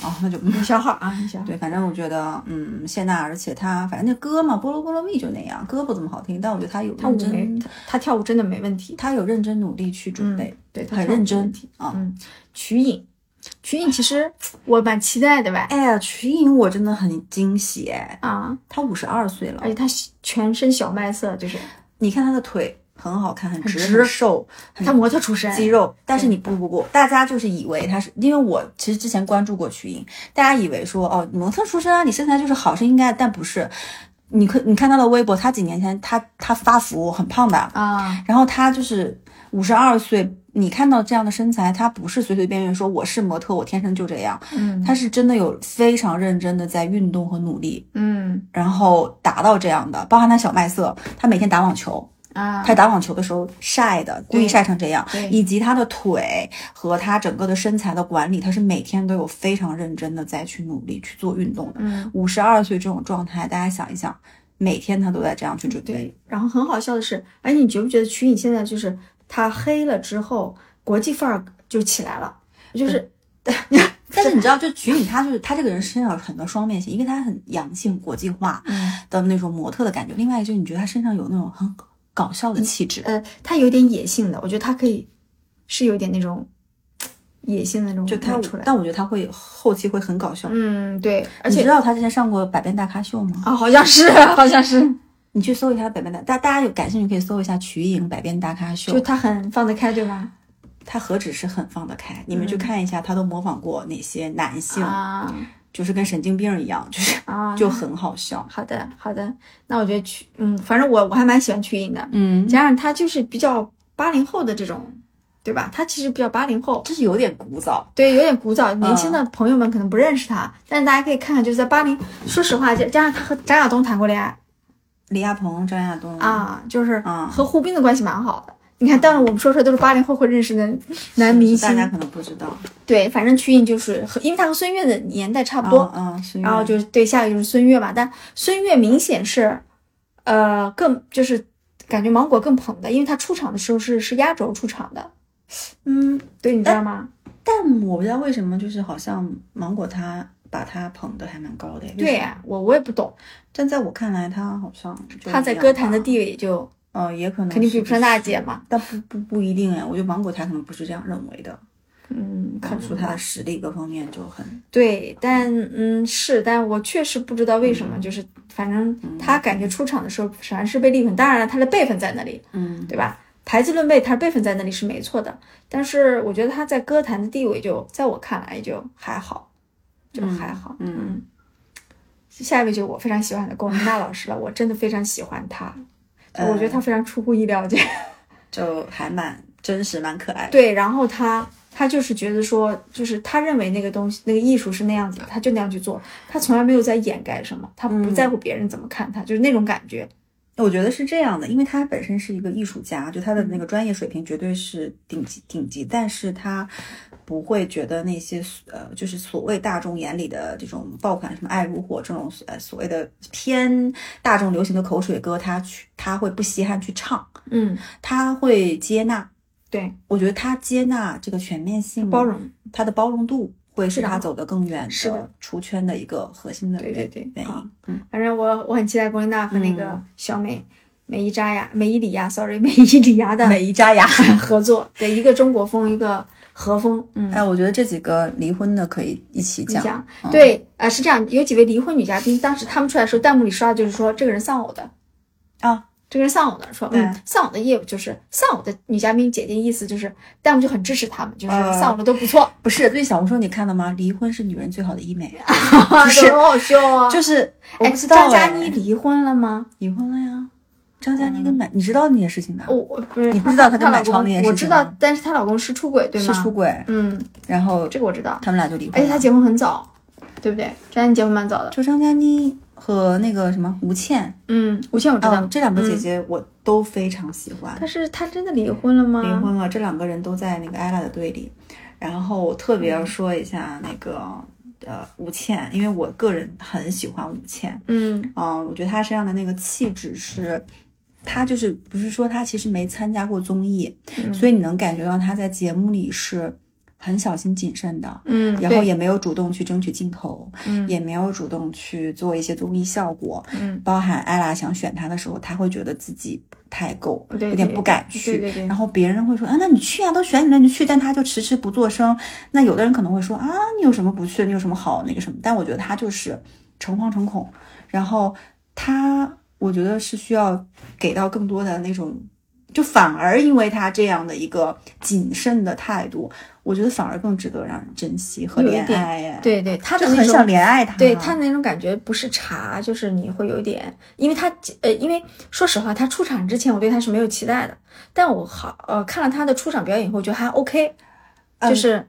B: 哦，那就
A: 尹孝浩啊，尹孝浩，
B: *laughs* 对，反正我觉得，嗯，谢娜，而且她反正那歌嘛，菠萝菠萝蜜就那样，歌不怎么好听，但我觉得她有
A: 他舞
B: 认
A: 没
B: 真，
A: 他他跳舞真的嗯没问题，
B: 她有认真努力去准备，
A: 对他
B: 很
A: 跳舞
B: 认
A: 没
B: 真
A: 问题
B: 啊。
A: 嗯，瞿颖，瞿颖其实 *laughs* 我蛮期待的吧。
B: 哎呀，瞿颖我真的很惊喜哎，
A: 啊，
B: 她五十二岁了
A: 而，且他全身小麦色，就是
B: 你看她的腿很好看，很直，
A: 直
B: 很瘦，很
A: 他模特出身，
B: 肌肉。但是你不不不，大家就是以为她是，因为我其实之前关注过瞿颖，大家以为说哦，模特出身啊，你身材就是好是应该，但不是。你可你看她的微博，她几年前她她发福很胖的，
A: 啊，
B: 然后她就是五十二岁，你看到这样的身材，她不是随随便便说我是模特，我天生就这样，
A: 嗯
B: 她是真的有非常认真的在运动和努力，
A: 嗯
B: 然后达到这样的，包含她小麦色，她每天打网球，
A: 啊，
B: 他打网球的时候晒的，故意晒成这样
A: 对，
B: 以及他的腿和他整个的身材的管理，他是每天都有非常认真的在去努力去做运动的。
A: 嗯
B: 五十二岁这种状态，大家想一想，每天他都在这样去准备。
A: 对，然后很好笑的是，哎，你觉不觉得瞿颖现在就是她黑了之后，国际范儿就起来了，就是
B: 呃
A: *laughs*
B: 但是你知道，就瞿颖，她就是她这个人身上有很多双面性，一个她很洋气、很国际化
A: 嗯
B: 的那种模特的感觉，另外就是你觉得她身上有那种很搞笑的气质，
A: 呃，她有点野性的，我觉得她可以是有点那种野性的那种
B: 就她
A: 感觉出，来，
B: 但我觉得她会后期会很搞笑。
A: 嗯，对，而
B: 你
A: 且
B: 知道她之前上过《百变大咖秀》吗？
A: 啊，好像
B: *laughs*
A: 是，好像是，
B: 你去搜一下百变大，大大家有感兴趣可以搜一下瞿颖百变大咖
A: 就
B: 秀，
A: 她很放得开，对吧？
B: 她何止是很放得开，你们去看一下，她都模仿过哪些男性，
A: 嗯啊
B: 就是跟神经病一样，就是、
A: 啊，
B: *laughs* 就很好笑。
A: 好的好的，那我觉得瞿，嗯，反正我我还蛮喜欢瞿颖的，
B: 嗯，
A: 加上他就是比较八零后的这种，对吧？他其实比较八零后，
B: 就是有点古早，
A: 对，有点古早，
B: 嗯
A: 年轻的朋友们可能不认识他，但是大家可以看看，就是在八零，说实话，加加上他和张亚东谈过恋爱
B: 李亚鹏、张亚东，
A: 啊，就是
B: 啊
A: 和胡兵的关系蛮好的。你看，但是我们说出来都是八零后会认识的男明
B: 大家
A: 星，
B: 可能不知道。
A: 对，反正瞿颖就是和，因为他和孙悦的年代差不多，
B: 嗯，嗯是因为
A: 然后就是对，下一个就是孙悦嘛，但孙悦明显是，呃，更就是感觉芒果更捧的，因为他出场的时候是是压轴出场的，嗯，对，你知
B: 哎
A: 道吗？
B: 但我不知道为什么，就是好像芒果他把他捧得还蛮高的。为
A: 对
B: 什么
A: 呀、我我也不懂，
B: 但在我看来，他好像就
A: 他在
B: 一样
A: 歌坛的
B: 吧，
A: 地位就
B: 呃，也可能
A: 肯定比
B: 是
A: 不上大姐嘛，
B: 但不不不一定哎，我觉得芒果台可能不是这样认为的，
A: 嗯，
B: 看
A: 看
B: 出他的实力各方面就很
A: 对，但嗯是，但我确实不知道为什
B: 嗯
A: 么，就是反正他感觉出场的时候反而是被力捧，当然了，他的辈分在那里，
B: 嗯
A: 对吧？排字论辈，他辈分在那里是没错的，但是我觉得他在歌坛的地位就在我看来就还好，就还好。
B: 嗯嗯
A: 下一位就是我非常喜欢的龚琳娜老师了，我真的非常喜欢她，
B: 呃
A: 我觉得她非常出乎意料。这
B: 就还蛮真实、蛮可爱的。
A: 对，然后她她就是觉得说，就是她认为那个东西，那个艺术是那样子的，她就那样去做，她从来没有在掩盖什么，她不在乎别人怎么看她，就是那种感觉。
B: 我觉得是这样的，因为他本
A: 嗯
B: 身是一个艺术家，就他的那个专业水平绝对是顶级顶级，但是他不会觉得那些呃，就是所谓大众眼里的这种爆款，什么《爱如火》这种呃所谓的偏大众流行的口水歌，他去他会不稀罕去唱，
A: 嗯，
B: 他会接纳。
A: 对，
B: 我觉得他接纳这个全面性、
A: 包，容，
B: 他的包容度会是
A: 是的
B: 他走得更远
A: 是的
B: 的出圈的一个核心的
A: 对对对
B: 原
A: 啊
B: 因。嗯，
A: 反正我我很期待龚琳娜和那个
B: 嗯
A: 小美、美伊扎呀、美伊里亚，sorry，美 *laughs* 伊里亚的
B: 美伊扎雅。
A: 合作，对，一个中国风，一个和风，嗯，
B: 哎，我觉得这几个离婚的可以一起讲。
A: 讲
B: 嗯
A: 对，啊，是这样，有几位离婚女嘉宾，当时她们出来的时候，弹幕里刷的就是说这个人丧偶的，
B: 啊，
A: 这个人丧偶的，说，嗯
B: 对，
A: 丧偶的业务就是丧偶的女嘉宾姐姐意思就是弹幕就很支持他们，就是
B: 呃
A: 丧偶的都不
B: *laughs*
A: 错，
B: 不是最小红书你看了吗？离婚是女人最好的医美，
A: 不 *laughs*
B: 是
A: 好笑啊就
B: 就是我
A: 啊哎，
B: 不知道
A: 张嘉
B: 哎
A: 倪离婚了吗？
B: 离婚了呀。张嘉倪跟买，你知道那件事情的？
A: 我我不是
B: 哦你不知道她跟
A: 老
B: 买超那
A: 公，
B: 件
A: 我
B: 事
A: 知
B: 情
A: 道
B: 吗，
A: 但是她老公是出轨对
B: 是
A: 吗？
B: 出轨，
A: 嗯，
B: 然后
A: 这个我知道，
B: 他们俩就离
A: 而
B: 婚
A: 且她
B: 了。
A: 结婚很早，对不对？张嘉倪结婚蛮早的，
B: 就张嘉倪和那个什么吴倩，
A: 嗯，吴倩我知道，
B: 嗯，这两个姐
A: 嗯
B: 姐我都非常喜欢。
A: 但是她真的离婚了吗？
B: 离婚了，这两个人都在那个 ella 的队里。然后我特别要说一下那个呃吴倩，因为我个人很喜欢吴倩，
A: 嗯
B: 嗯、我觉得她身上的那个气质是。她就是不是说她其实没参加过综艺，
A: 嗯
B: 所以你能感觉到她在节目里是很小心谨慎的，
A: 嗯，
B: 然后
A: 对
B: 也没有主动去争取镜头，
A: 嗯
B: 也没有主动去做一些综艺效果，
A: 嗯
B: 包含艾拉想选他的时候，他会觉得自己不太够，
A: 对
B: 有点
A: 对
B: 不敢
A: 对
B: 去。
A: 对对
B: 然后别人会说啊，那你去啊，都选你了，你去。但他就迟迟不做声。那有的人可能会说啊，你有什么不去？你有什么好那个什么？但我觉得他就是诚惶诚恐，然后他我觉得是需要给到更多的那种。就反而因为他这样的一个谨慎的态度，我觉得反而更值得让人珍惜和
A: 有一
B: 怜
A: 点
B: 爱耶。，
A: 对对，她
B: 就
A: 的
B: 很嗯
A: 那
B: 想
A: 种。
B: 怜爱啊他。
A: 对她那种感觉不是茶，就是你会有点，因为她呃，因为说实话，她出场之前我对她是没有期待的，但我好呃看了她的出场表演以后，我觉得还 OK，
B: 嗯
A: 就是、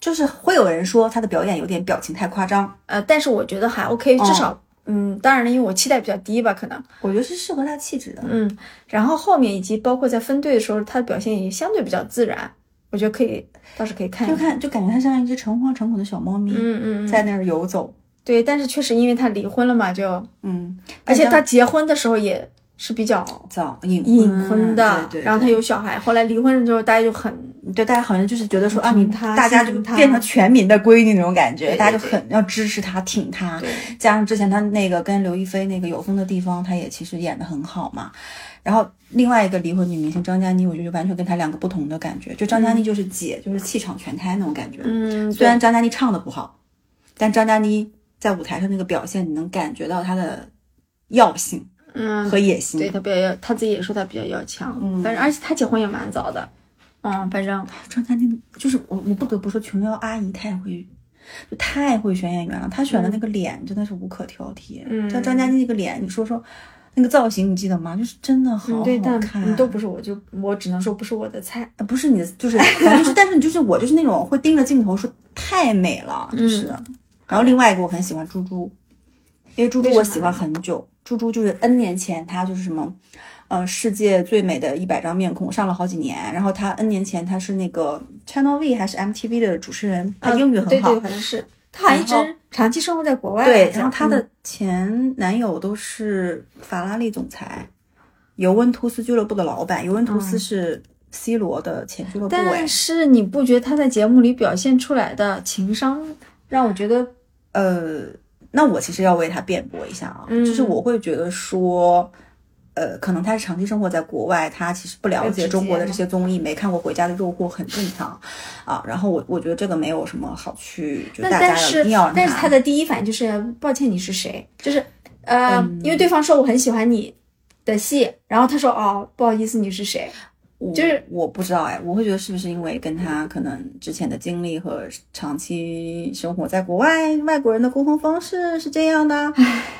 B: 就是会有人说他的表演有点表情太夸张，
A: 呃，但是我觉得还 OK，
B: 哦
A: 至少、嗯，当然了，因为我期待比较低吧，可能
B: 我觉得是适合他气质的。
A: 嗯，然后后面以及包括在分队的时候，她的表现也相对比较自然，我觉得可以，倒是可以看一
B: 就
A: 下，
B: 看就感觉他像一只诚惶诚恐的小猫咪，
A: 嗯嗯嗯，
B: 在那儿游走。
A: 对，但是确实因为她离婚了嘛，就
B: 嗯，
A: 而且她
B: 他
A: 结婚的时候也是比较
B: 早隐嗯
A: 隐婚的，
B: 对对
A: 然后她有小孩，后来离婚了之后，大家就很
B: 对对大家好像就是觉得说啊，
A: 挺
B: 你
A: 嗯他
B: 大家就
A: 信任他
B: 变成全民的闺女那种感觉，
A: 对对
B: 大家就很要支持他、挺他。
A: 对
B: 加上之前他那个跟刘亦菲那个有风的地方，他也其实演的很好嘛。然后另外一个离婚女明星张嘉倪，我觉得完全跟她两个不同的感觉。就张嘉倪就是姐，就是气场全开那种感觉。
A: 嗯，
B: 虽然张嘉倪唱的不好，但张嘉倪在舞台上那个表现，你能感觉到她的药性
A: 对嗯，
B: 和野心。
A: 对她比较要，她自己也说她比较要强，
B: 嗯
A: 反正而且她结婚也蛮早的，嗯，反正
B: 张嘉倪就是我，我不得不说，琼瑶阿姨太会，就太会选演员了。她选的那个脸真的是无可挑剔。
A: 嗯
B: 像张嘉倪那个脸，你说说那个造型，你记得吗？就是真的好
A: 嗯，对，
B: 好
A: 但
B: 看。
A: 嗯都不是我就我只能说不是我的菜，
B: 呃不是你的，就是反正就是，但是你就是我就是那种会盯着镜头说太美了，
A: 嗯
B: 就是。然后另外一个我很喜欢猪猪，因为猪猪
A: 为什么
B: 我喜欢很久，猪猪就是 N 年前她就是什么，呃，世界最美的一百张面孔上了好几年，然后她 N 年前她是那个 Channel V 还是 MTV 的主持人，她
A: 啊
B: 英语很
A: 对
B: 好
A: 对，，好像是她好像一
B: 然后
A: 直长期生活在国外，
B: 对
A: 好，像
B: 然后她
A: 嗯
B: 的前男友都是法拉利总裁，尤文图斯俱乐部的老板，尤文图斯
A: 嗯
B: 是 C 罗的前俱乐部，哎
A: 但是你不觉得她在节目里表现出来的情商让我觉得
B: 呃，那我其实要为他辩驳一下啊，
A: 嗯
B: 就是我会觉得说，呃，可能他是长期生活在国外，他其实不了解中国的这些综艺，没看过《回家的诱惑》很正常啊。然后我我觉得这个没有什么好去，就
A: 那
B: 大
A: 但
B: 家一
A: 是
B: 定要让
A: 但是他
B: 他
A: 的第一反应就是抱歉你是谁，就是呃、
B: 嗯
A: 因为对方说我很喜欢你的戏，然后他说哦不好意思你是谁，
B: 我
A: 就是
B: 我不知道哎，我会觉得是不是因为跟他可能之前的经历和长期生活在国外，外国人的沟通方式是这样的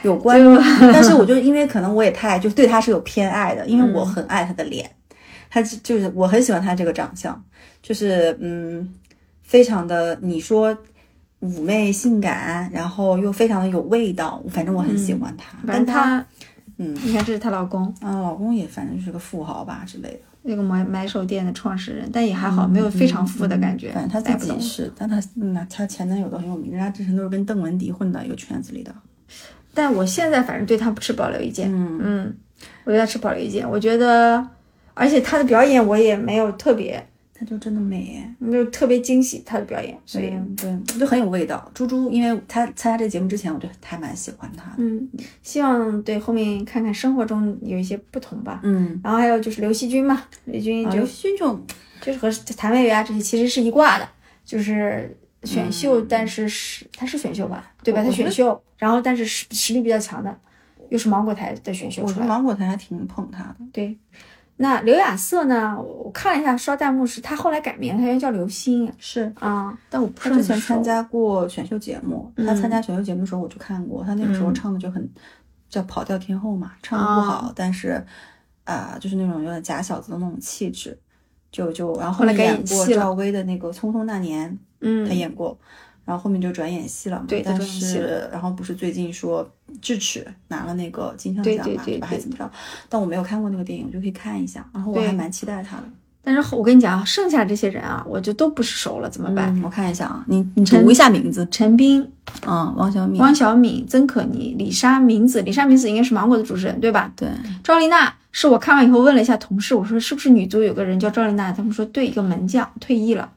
B: 有关吗？但是我就因为可能我也太就对他是有偏爱的，因为我很爱他的脸，他是就是我很喜欢他这个长相，就是嗯，非常的你说。妩媚性感，然后又非常的有味道，反正我很喜欢他。
A: 反
B: 但
A: 正
B: 他
A: 他
B: 嗯，
A: 你看，这是她老公，
B: 啊，老公也反正就是个富豪吧之类的，
A: 那个买买手店的创始人，但也还
B: 嗯
A: 好，没有非常富的感觉。
B: 反正他
A: 带
B: 自
A: 不动
B: 己是，但他那他前男友都很有名，人家之前都是跟邓文迪混到一个圈子里的。
A: 但我现在反正对他持保留意见。
B: 嗯
A: 嗯，我对他持保留意见。我觉得，而且他的表演我也没有特别，
B: 他就真的美，
A: 没有特别惊喜他的表演，所以
B: 对对，就很有味道。猪猪，因为他参加这节目之前，我就还蛮喜欢他的。
A: 嗯，希望对后面看看生活中有一些不同吧。
B: 嗯，
A: 然后还有就是刘惜君嘛，刘惜君
B: 啊
A: 就、
B: 刘勋就
A: 就是和谭维维啊这些其实是一挂的，就是选秀，但是是他是选秀吧，对吧？
B: 嗯我
A: 他
B: 我觉
A: 选
B: 得
A: 秀，然后但是实实力比较强的，又是芒果台的选秀
B: 我
A: 出
B: 觉
A: 来
B: 得
A: 的。
B: 芒果台还挺捧他的。
A: 对，那刘亚瑟呢？我我看了一下刷弹幕，是他后来改名，他原来叫刘欣
B: 是
A: 啊、但我不
B: 他
A: 是很
B: 之前参
A: 熟
B: 加过选秀节目，
A: 嗯
B: 他参加选秀节目的时候我就看过，他那个时候唱的就很叫跑调天后嘛，唱的不好，但是啊、就是那种有点假小子的那种气质，就就然后
A: 后
B: 后
A: 来
B: 面
A: 改
B: 演
A: 演
B: 过
A: 戏了
B: 赵薇的那个《匆匆那年》，他
A: 嗯，
B: 演过，然后后面就转演戏了嘛。
A: 对他
B: 但
A: 转演戏
B: 是然后不是最近说智齿拿了那个金像
A: 对
B: 奖嘛，
A: 对对
B: 吧？
A: 对
B: 还怎么着？但我没有看过那个电影，我就可以看一下。然后我
A: 对
B: 还蛮期待他的。
A: 但是我跟你讲啊，剩下这些人啊，我就都不是熟了，怎么办？
B: 嗯，我看一下啊，你你
A: 陈
B: 读一下名字。
A: 陈斌、
B: 嗯，王小敏。
A: 汪小敏、曾可妮、李莎、明子，李莎、明子应该是芒果的主持人对吧？
B: 对，
A: 赵丽娜是我看完以后问了一下同事，我说是不是女足有个人叫赵丽娜？他们说对，一个门将退役了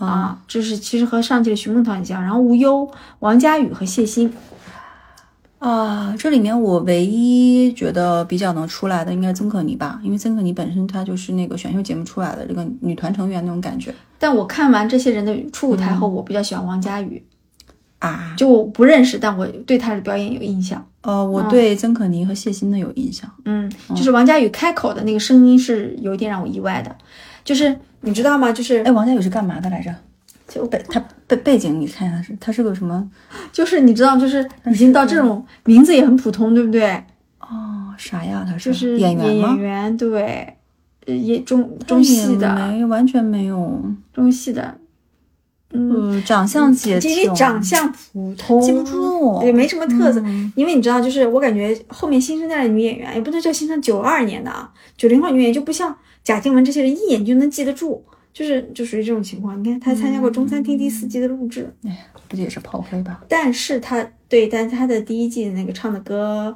A: 啊，就是其实和上届的徐梦桃很像。然后无忧、王佳宇和谢欣，
B: 啊，这里面我唯一觉得比较能出来的应该是曾可妮吧，因为曾可妮本身她就是那个选秀节目出来的这个女团成员那种感觉
A: 但我看完这些人的初舞台后，我比较喜欢王佳宇，
B: 啊。
A: 就我不认识，但我对他的表演有印象。
B: 呃，我对曾可妮和谢欣的有印象。
A: 嗯，就是王佳宇开口的那个声音是有一点让我意外的，就是你知道吗？就是
B: 哎，王佳宇是干嘛的来着？
A: 就
B: 背她背背景，你看一下是她是个什么？
A: 就是你知道，就是已经到这种名字也很普通，对不对？
B: 哦，啥呀？她是
A: 就是
B: 演员
A: 演
B: 吗？
A: 员对，呃，也中
B: 她
A: 中戏的。
B: 也没完全没有。
A: 中戏的，嗯，
B: 嗯，长相姐
A: 其实长相普通，嗯
B: 记不住
A: 也没什么特色。因为你知道，就是我感觉后面新生代的女演员，也不能叫新生九二年的啊，九零后女演员就不像贾静雯这些人一眼就能记得住，就是就属于这种情况。你看她参加过《中餐厅》第四季的录制，
B: 估计也是炮灰吧。
A: 但是她对，但她的第一季那个唱的歌。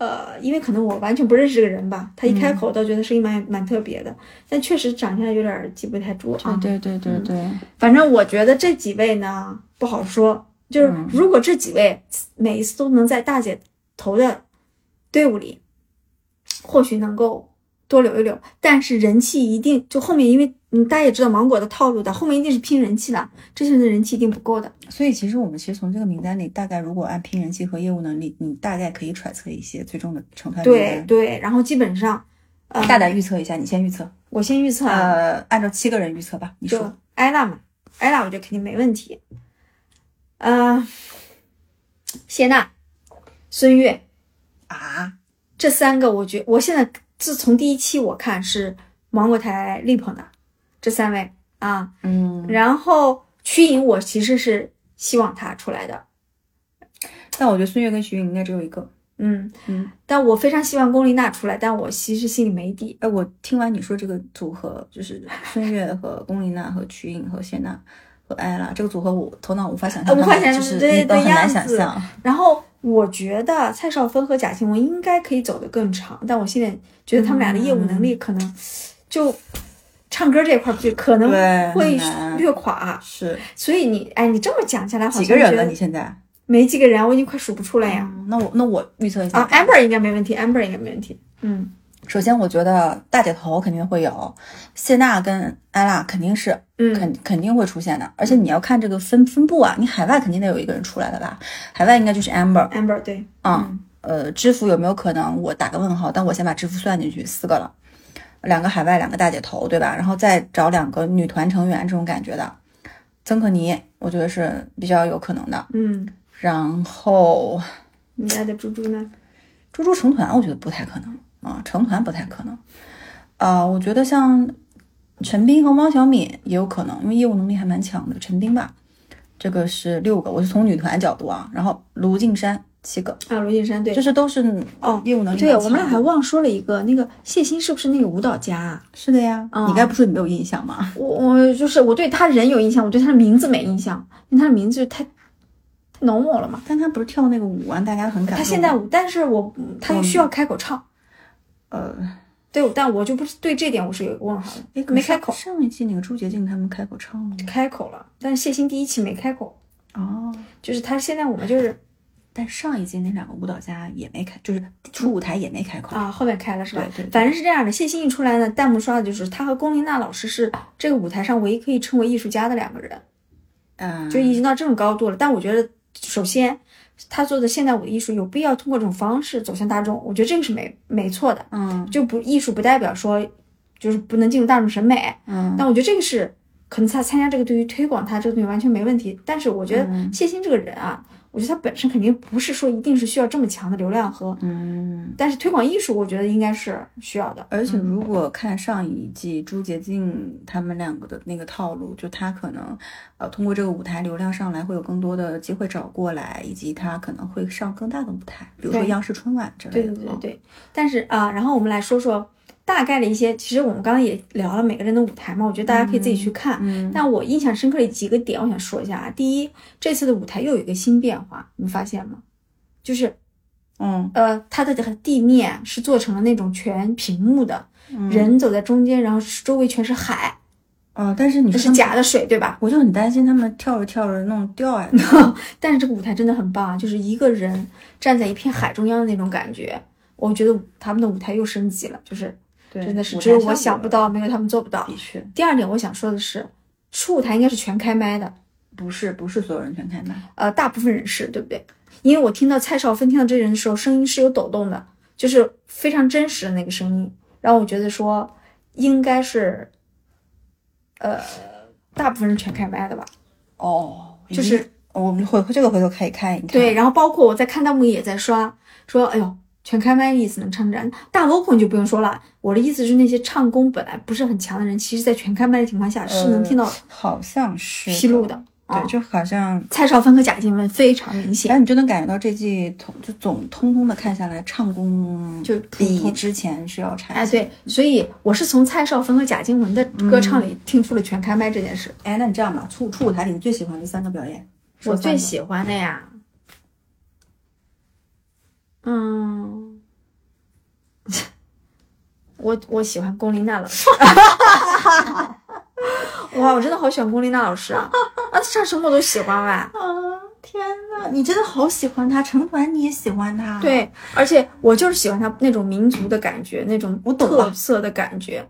A: 呃，因为可能我完全不认识这个人吧，她一开
B: 嗯
A: 口倒觉得声音蛮、蛮特别的，但确实长相有点儿记不太住啊。
B: 对对对对对，
A: 反正我觉得这几位呢不好说，就是
B: 嗯
A: 如果这几位每一次都能在大姐头的队伍里，或许能够多留一留，但是人气一定就后面，因为嗯大家也知道芒果的套路的，后面一定是拼人气的，这些人的人气一定不够的。
B: 所以其实我们其实从这个名单里，大概如果按拼人气和业务能力，你大概可以揣测一些最终的成团名
A: 对
B: 单。
A: 对，然后基本上，呃，
B: 大胆预测一下，你先预测。
A: 我先预测啊，
B: 呃，按照七个人预测吧，你
A: 就
B: 说。
A: 艾拉嘛，艾拉我觉得肯定没问题，呃，谢娜、孙悦。
B: 啊，
A: 这三个，我觉我现在自从第一期我看是芒果台力捧的这三位啊，
B: 嗯，
A: 然后瞿颖我其实是希望她出来的，
B: 但我觉得孙悦跟徐颖应该只有一个。
A: 嗯
B: 嗯，
A: 但我非常希望龚琳娜出来，但我其实心里没底。
B: 哎，我听完你说这个组合，就是孙悦和龚琳娜和瞿颖和谢娜和艾拉这个组合，我头脑无法想象他
A: 呃
B: 们，
A: 无法想
B: 就
A: 象
B: 是
A: 对
B: 你都
A: 对
B: 很难
A: 样
B: 想
A: 子
B: 象。
A: 然后我觉得蔡少芬和贾静雯应该可以走得更长，但我现在觉得他们俩的业务能力可能就唱歌这一块儿就可能
B: 对
A: 会
B: 很难
A: 略垮。
B: 是
A: 所以你哎，你这么讲下来，好
B: 几
A: 像
B: 个人了？
A: 觉得
B: 你现在？
A: 没几个人，我已经快数不出来呀。
B: 嗯那我那我预测一下
A: 啊，amber 应该没问题，amber 应该没问题。嗯，
B: 首先，我觉得大姐头肯定会有，谢娜跟艾拉肯定是，
A: 嗯
B: 肯肯定会出现的。而且你要看这个分分布啊，你海外肯定得有一个人出来的吧？海外应该就是 Amber，
A: ，amber 对，
B: 嗯，呃，知府有没有可能？我打个问号，但我先把知府算进去，四个了，两个海外，两个大姐头，对吧？然后再找两个女团成员这种感觉的，曾可妮，我觉得是比较有可能的。
A: 嗯，
B: 然后
A: 你家的猪猪呢？
B: 猪猪成团，我觉得不太可能啊，成团不太可能。啊、我觉得像陈斌和汪小敏也有可能，因为业务能力还蛮强的。陈斌吧，这个是六个，我是从女团角度啊。然后卢靖姗、七个，
A: 啊，罗晋山对
B: 这，是都是
A: 哦
B: 业务能力
A: 对
B: 蛮强的。
A: 我们俩还忘说了一个，那个谢欣是不是那个舞蹈家啊？
B: 是的呀，
A: 嗯
B: 你该不说你没有印象吗？
A: 我我就是我对他人有印象，我对他的名字没印象，因为他的名字就太太浓墨了嘛。
B: 但他不是跳那个舞啊让大家很感动吗。
A: 他现在舞，但是我他又
B: 嗯
A: 需要开口唱，
B: 呃，
A: 对，但我就不是对这点我是有问号
B: 哎
A: 的，没开口，
B: 上一期那个朱洁静他们开口唱了吗？
A: 开口了，但是谢欣第一期没开口，
B: 哦，
A: 就是他现在我们就是
B: 但上一季那两个舞蹈家也没开，就是出舞台也没开口。
A: 啊后面开了是吧？
B: 对对对
A: 反正是这样的，谢欣一出来呢，弹幕刷的就是他和龚琳娜老师是这个舞台上唯一可以称为艺术家的两个人，
B: 嗯，
A: 就已经到这种高度了。但我觉得，首先他做的现代舞的艺术有必要通过这种方式走向大众，我觉得这个是没没错的。
B: 嗯
A: 就不艺术不代表说就是不能进入大众审美，
B: 嗯，
A: 但我觉得这个是可能他参加这个对于推广他这个东西完全没问题。但是我觉
B: 嗯
A: 得谢欣这个人啊，我觉得他本身肯定不是说一定是需要这么强的流量和，
B: 嗯。
A: 但是推广艺术我觉得应该是需要的。
B: 而且
A: 嗯
B: 如果看上一季朱洁静他们两个的那个套路，就她可能呃通过这个舞台流量上来，会有更多的机会找过来，以及她可能会上更大的舞台，比如说
A: 对
B: 央视春晚之
A: 对
B: 类的。
A: 对对
B: 嗯
A: 对，但是啊，然后我们来说说大概的一些，其实我们刚刚也聊了每个人的舞台嘛，我觉得大家可以自己去看。
B: 嗯
A: 但我印象深刻的几个点，我想说一下啊。第一，这次的舞台又有一个新变化，你们发现吗？就是
B: 嗯
A: 呃，它的地面是做成了那种全屏幕的，
B: 嗯
A: 人走在中间，然后是周围全是海，
B: 哦，但是你
A: 那
B: 说
A: 是假的水，对吧？
B: 我就很担心他们跳着跳着弄掉啊
A: *laughs*
B: 下去。
A: 但是这个舞台真的很棒啊，就是一个人站在一片海中央的那种感觉。我觉得他们的舞台又升级了，就是
B: 对
A: 真的是只有我想不，
B: 舞台效
A: 到，没有他们做不到
B: 果。的确
A: 第二点，我想说的是，初舞台应该是全开麦的，
B: 不是不是所有人全开麦。
A: 呃，大部分人是对不对？因为我听到蔡少芬听到这人的时候，声音是有抖动的，就是非常真实的那个声音，让我觉得说应该是，呃，大部分人全开麦的吧。
B: 哦，
A: 就
B: 已
A: 是
B: 经我们回这个回头可以看一看。
A: 对，，然后包括我在看弹幕也在刷，说哎呦，全开麦的意思能唱展，大 vocal 你就不用说了。我的意思是，那些唱功本来不是很强的人，其实在全开麦的情况下是
B: 呃
A: 能听到
B: 好像是
A: 披露。的。啊
B: 对，就好像
A: 蔡少芬和贾静雯非常明显，
B: 但你就能感觉到这季统就总通通的看下来，唱功
A: 就
B: 嗯比之前是要差。
A: 哎，对，所以我是从蔡少芬和贾静雯的
B: 嗯
A: 歌唱里听出了全开麦这件事。
B: 哎，那你这样吧，初初舞台里你最喜欢的三个表演，
A: 我
B: 说三
A: 最
B: 个
A: 喜欢的呀，嗯， *laughs* 我我喜欢龚琳娜老师。 *laughs* 哇，我真的好喜欢龚琳娜老师啊！啊，她唱什么我都喜欢吧。
B: 啊！天哪，你真的好喜欢他，陈凡你也喜欢他，，
A: 对，而且我就是喜欢她那种民族的感觉，那种
B: 我懂
A: 特
B: 了
A: 色的感觉。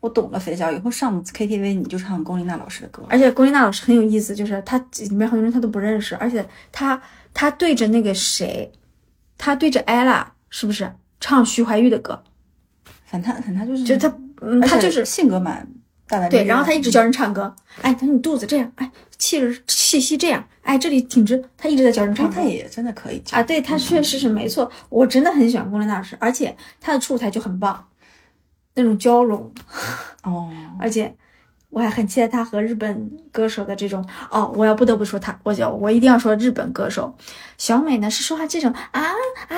B: 我懂了，肥皂，以后上 KTV 你就唱龚琳娜老师的歌，
A: 而且龚琳娜老师很有意思，就是她里面很多人她都不认识，而且她她对着那个谁，她对着 ella 是不是唱徐怀钰的歌？
B: 反他反他就是，
A: 就她，嗯，
B: 而且
A: 她就是
B: 性格蛮大白
A: 对，然后她一直
B: 就
A: 教人唱歌，哎，她说你肚子这样，哎，气质气息这样，哎，这里挺直，她一直在教人唱歌。
B: 嗯他哦也真的可以
A: 啊，对，她确实是没错，我真的很喜欢龚琳娜老师，而且她的出台就很棒，那种交融，
B: 哦，
A: 而且我还很期待他和日本歌手的这种哦，我要不得不说他，我就我一定要说日本歌手小美呢是说话这种啊啊嗨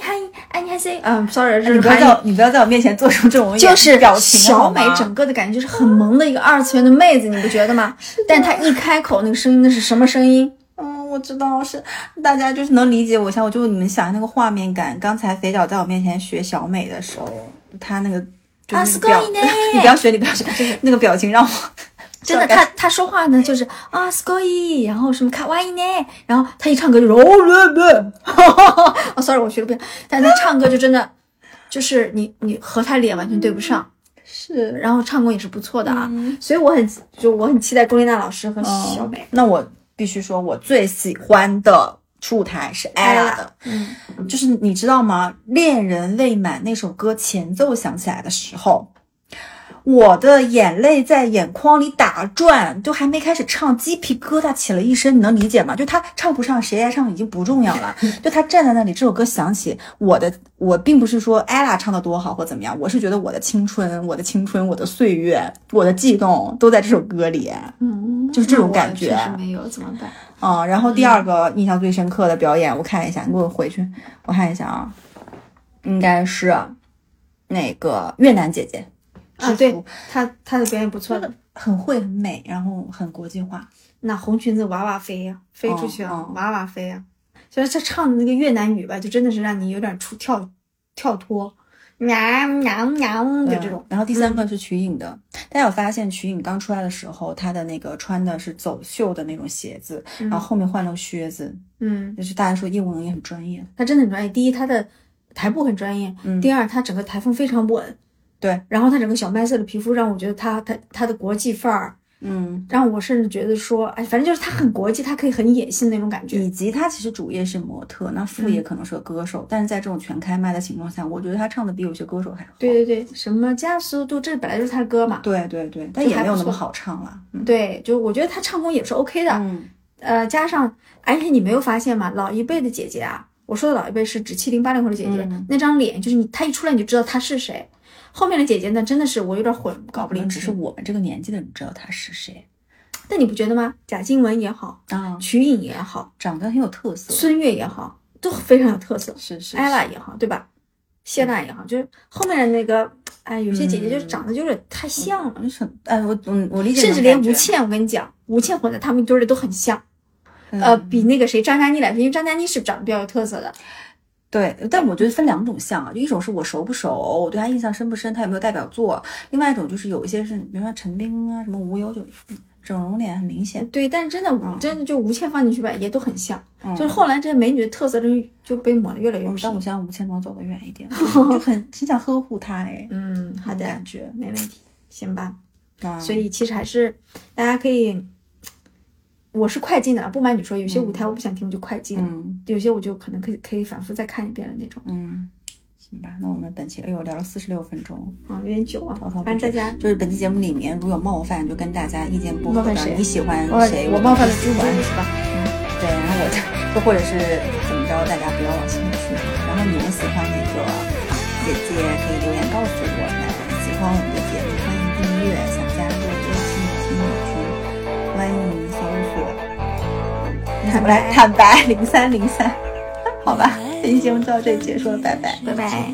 A: 嗨哎你还 say 嗯，sorry，这
B: 你
A: 是
B: 不要
A: 韩语
B: 在我你不要在我面前做出这种
A: 就
B: 眼
A: 是
B: 表情
A: 小美整个的感觉就是很萌的一个二次元的妹子，你不觉得吗？但她一开口那个声音，那是什么声音？
B: 嗯，我知道是大家就是能理解我一下，我就你们想那个画面感。刚才肥脚在我面前学小美的时候，她那个就
A: 哦啊
B: 是那个表
A: すごいね
B: *laughs* 你不要学，你不要学，就是那个表情让我
A: *laughs* 真的，
B: 笑
A: 她她说话呢就是啊 s c o y 然后什么卡哇伊呢，然后她一唱歌就是哦略略， *laughs* 哦 sorry 我学的不对，但她唱歌就真的就是你你和她脸完全对不上，呃
B: 是
A: 然后唱功也是不错的啊，所以我很就我很期待龚琳娜老师和小美。
B: 嗯那我必须说，我最喜欢的初舞台是 ella 的，
A: 嗯，
B: 就是你知道吗？《恋人未满》那首歌前奏响起来的时候，我的眼泪在眼眶里打转，就还没开始唱，鸡皮疙瘩起了一身，你能理解吗？就他唱不上，谁来唱已经不重要了。就他站在那里，这首歌响起，我的我并不是说 ella 唱的多好或怎么样，我是觉得我的青春、我的青春、我的岁月、我的悸动都在这首歌里。
A: 嗯
B: 就是这种感觉
A: 我确实没有怎么办？
B: 啊、然后第
A: 嗯
B: 二个印象最深刻的表演，我看一下，你给我回去，我看一下啊，应该是那个越南姐姐
A: 啊，对，他他的表演不错的，
B: 很会很美，然后很国际化。
A: 那红裙子哇哇飞呀、飞出去啊，
B: 哦哦
A: 哇哇飞呀、虽然他唱的那个越南语吧，就真的是让你有点出跳跳脱，喵喵喵
B: 对
A: 嗯就这种。
B: 然后第三个是瞿颖的，大家有发现瞿颖刚出来的时候，她的那个穿的是走秀的那种鞋子，
A: 嗯
B: 然后后面换了个靴子，
A: 嗯，
B: 就是大家说业务能力很专业。
A: 他真的很专业。第一，他的台步很专业；
B: 嗯
A: 第二，他整个台风非常稳。
B: 对，
A: 然后他整个小麦色的皮肤让我觉得他他他的国际范儿，
B: 嗯，
A: 让我甚至觉得说，哎，反正就是他很国际，他可以很野性那种感觉。
B: 以及她其实主业是模特，那
A: 嗯
B: 副业可能是个歌手，但是在这种全开麦的情况下，我觉得她唱的比有些歌手还好。
A: 对对对，什么加速度，这本来就是他的歌嘛。
B: 对对对，但
A: 就
B: 也
A: 还
B: 没有
A: 不
B: 那
A: 错
B: 么好唱了。嗯
A: 对，就是我觉得他唱功也是 OK 的，
B: 嗯，
A: 呃，加上，而且你没有发现吗？老一辈的姐姐啊，我说的老一辈是指七零八零后的姐姐，
B: 嗯
A: 那张脸就是你，她一出来你就知道她是谁。后面的姐姐呢，真的是我有点混，搞不
B: 可能
A: 清
B: 只嗯是
A: 楚。
B: 我们这个年纪的人知道她是谁
A: 但你不觉得吗？贾静雯也好，
B: 啊，
A: 瞿颖也好，
B: 长得很有特色。
A: 孙悦也好，都非常有特色。
B: 是是
A: 艾
B: 是
A: 拉也好，对吧？谢娜也好，就是后面的那个，哎，有些姐姐就是长得就是太像了，
B: 嗯，是很哎，我嗯，我理解
A: 甚
B: 那种感觉，
A: 至连吴倩，我跟你讲，吴倩混在她们一堆儿里都很像，
B: 嗯
A: 呃，比那个谁张嘉倪来说，因为张嘉倪是长得比较有特色的，
B: 对，但我觉得分两种像啊，就一种是我熟不熟，我对他印象深不深，他有没有代表作；另外一种就是有一些是，比如说陈冰啊，什么吴优就整容脸很明显，
A: 对，但是真的，真的就吴倩放进去吧，也都很像。
B: 嗯
A: 就是后来这美女的特色真就被抹得越来越
B: 嗯
A: 平
B: 但。我希望吴倩能走得远一
A: *laughs*
B: 点，就很很想呵护她哎，
A: 嗯，好
B: 那种
A: 的
B: 感，觉。
A: 没问题，行吧。
B: 啊
A: 所以其实还是大家可以，我是快进的啊，不瞒你说，有些舞台我不想听，我就快进；
B: 嗯
A: 有些我就可能可以可以反复再看一遍的那种。
B: 嗯，行吧，那我们本期哎呦聊了四十六分钟，
A: 啊，有点久啊
B: 滔滔，不
A: 反正大
B: 绝
A: 家。
B: 就是本期节目里面如果有冒犯，就跟大家意见不
A: 冒
B: 合
A: 犯
B: 的，
A: 谁
B: 你喜欢
A: 我
B: 谁，
A: 我冒犯了
B: 喜
A: 猪猪
B: 欢
A: 是吧？
B: 对，然后我就或者是怎么着，大家不要往心里去。然后你们喜欢哪个姐姐，可以留言告诉我们。喜欢我们的节目，欢迎订阅。想加入微信听友群，欢迎搜索嗯“坦白坦白零三零三”。好吧，这期节目就到这里结束了，拜拜。
A: 拜拜。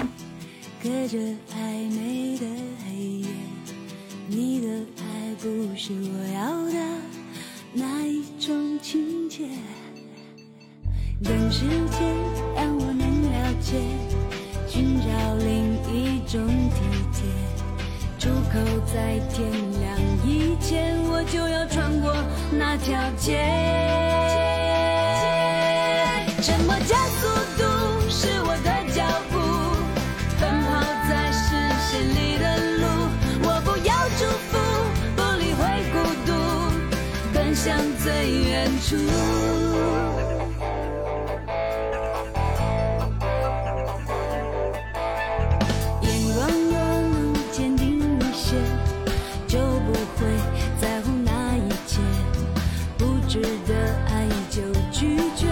C: 隔着暧昧的黑夜，你的爱不是我要的那一种情节。等时间让我能了解，寻找另一种体贴。出口再天亮以前，我就要穿过那条街。沉默加速度是我的脚步，奔跑在视线里的路。我不要祝福，不理会孤独，奔向最远处。眼光若能坚定一些，就不会在乎那一切。不值得爱就拒绝，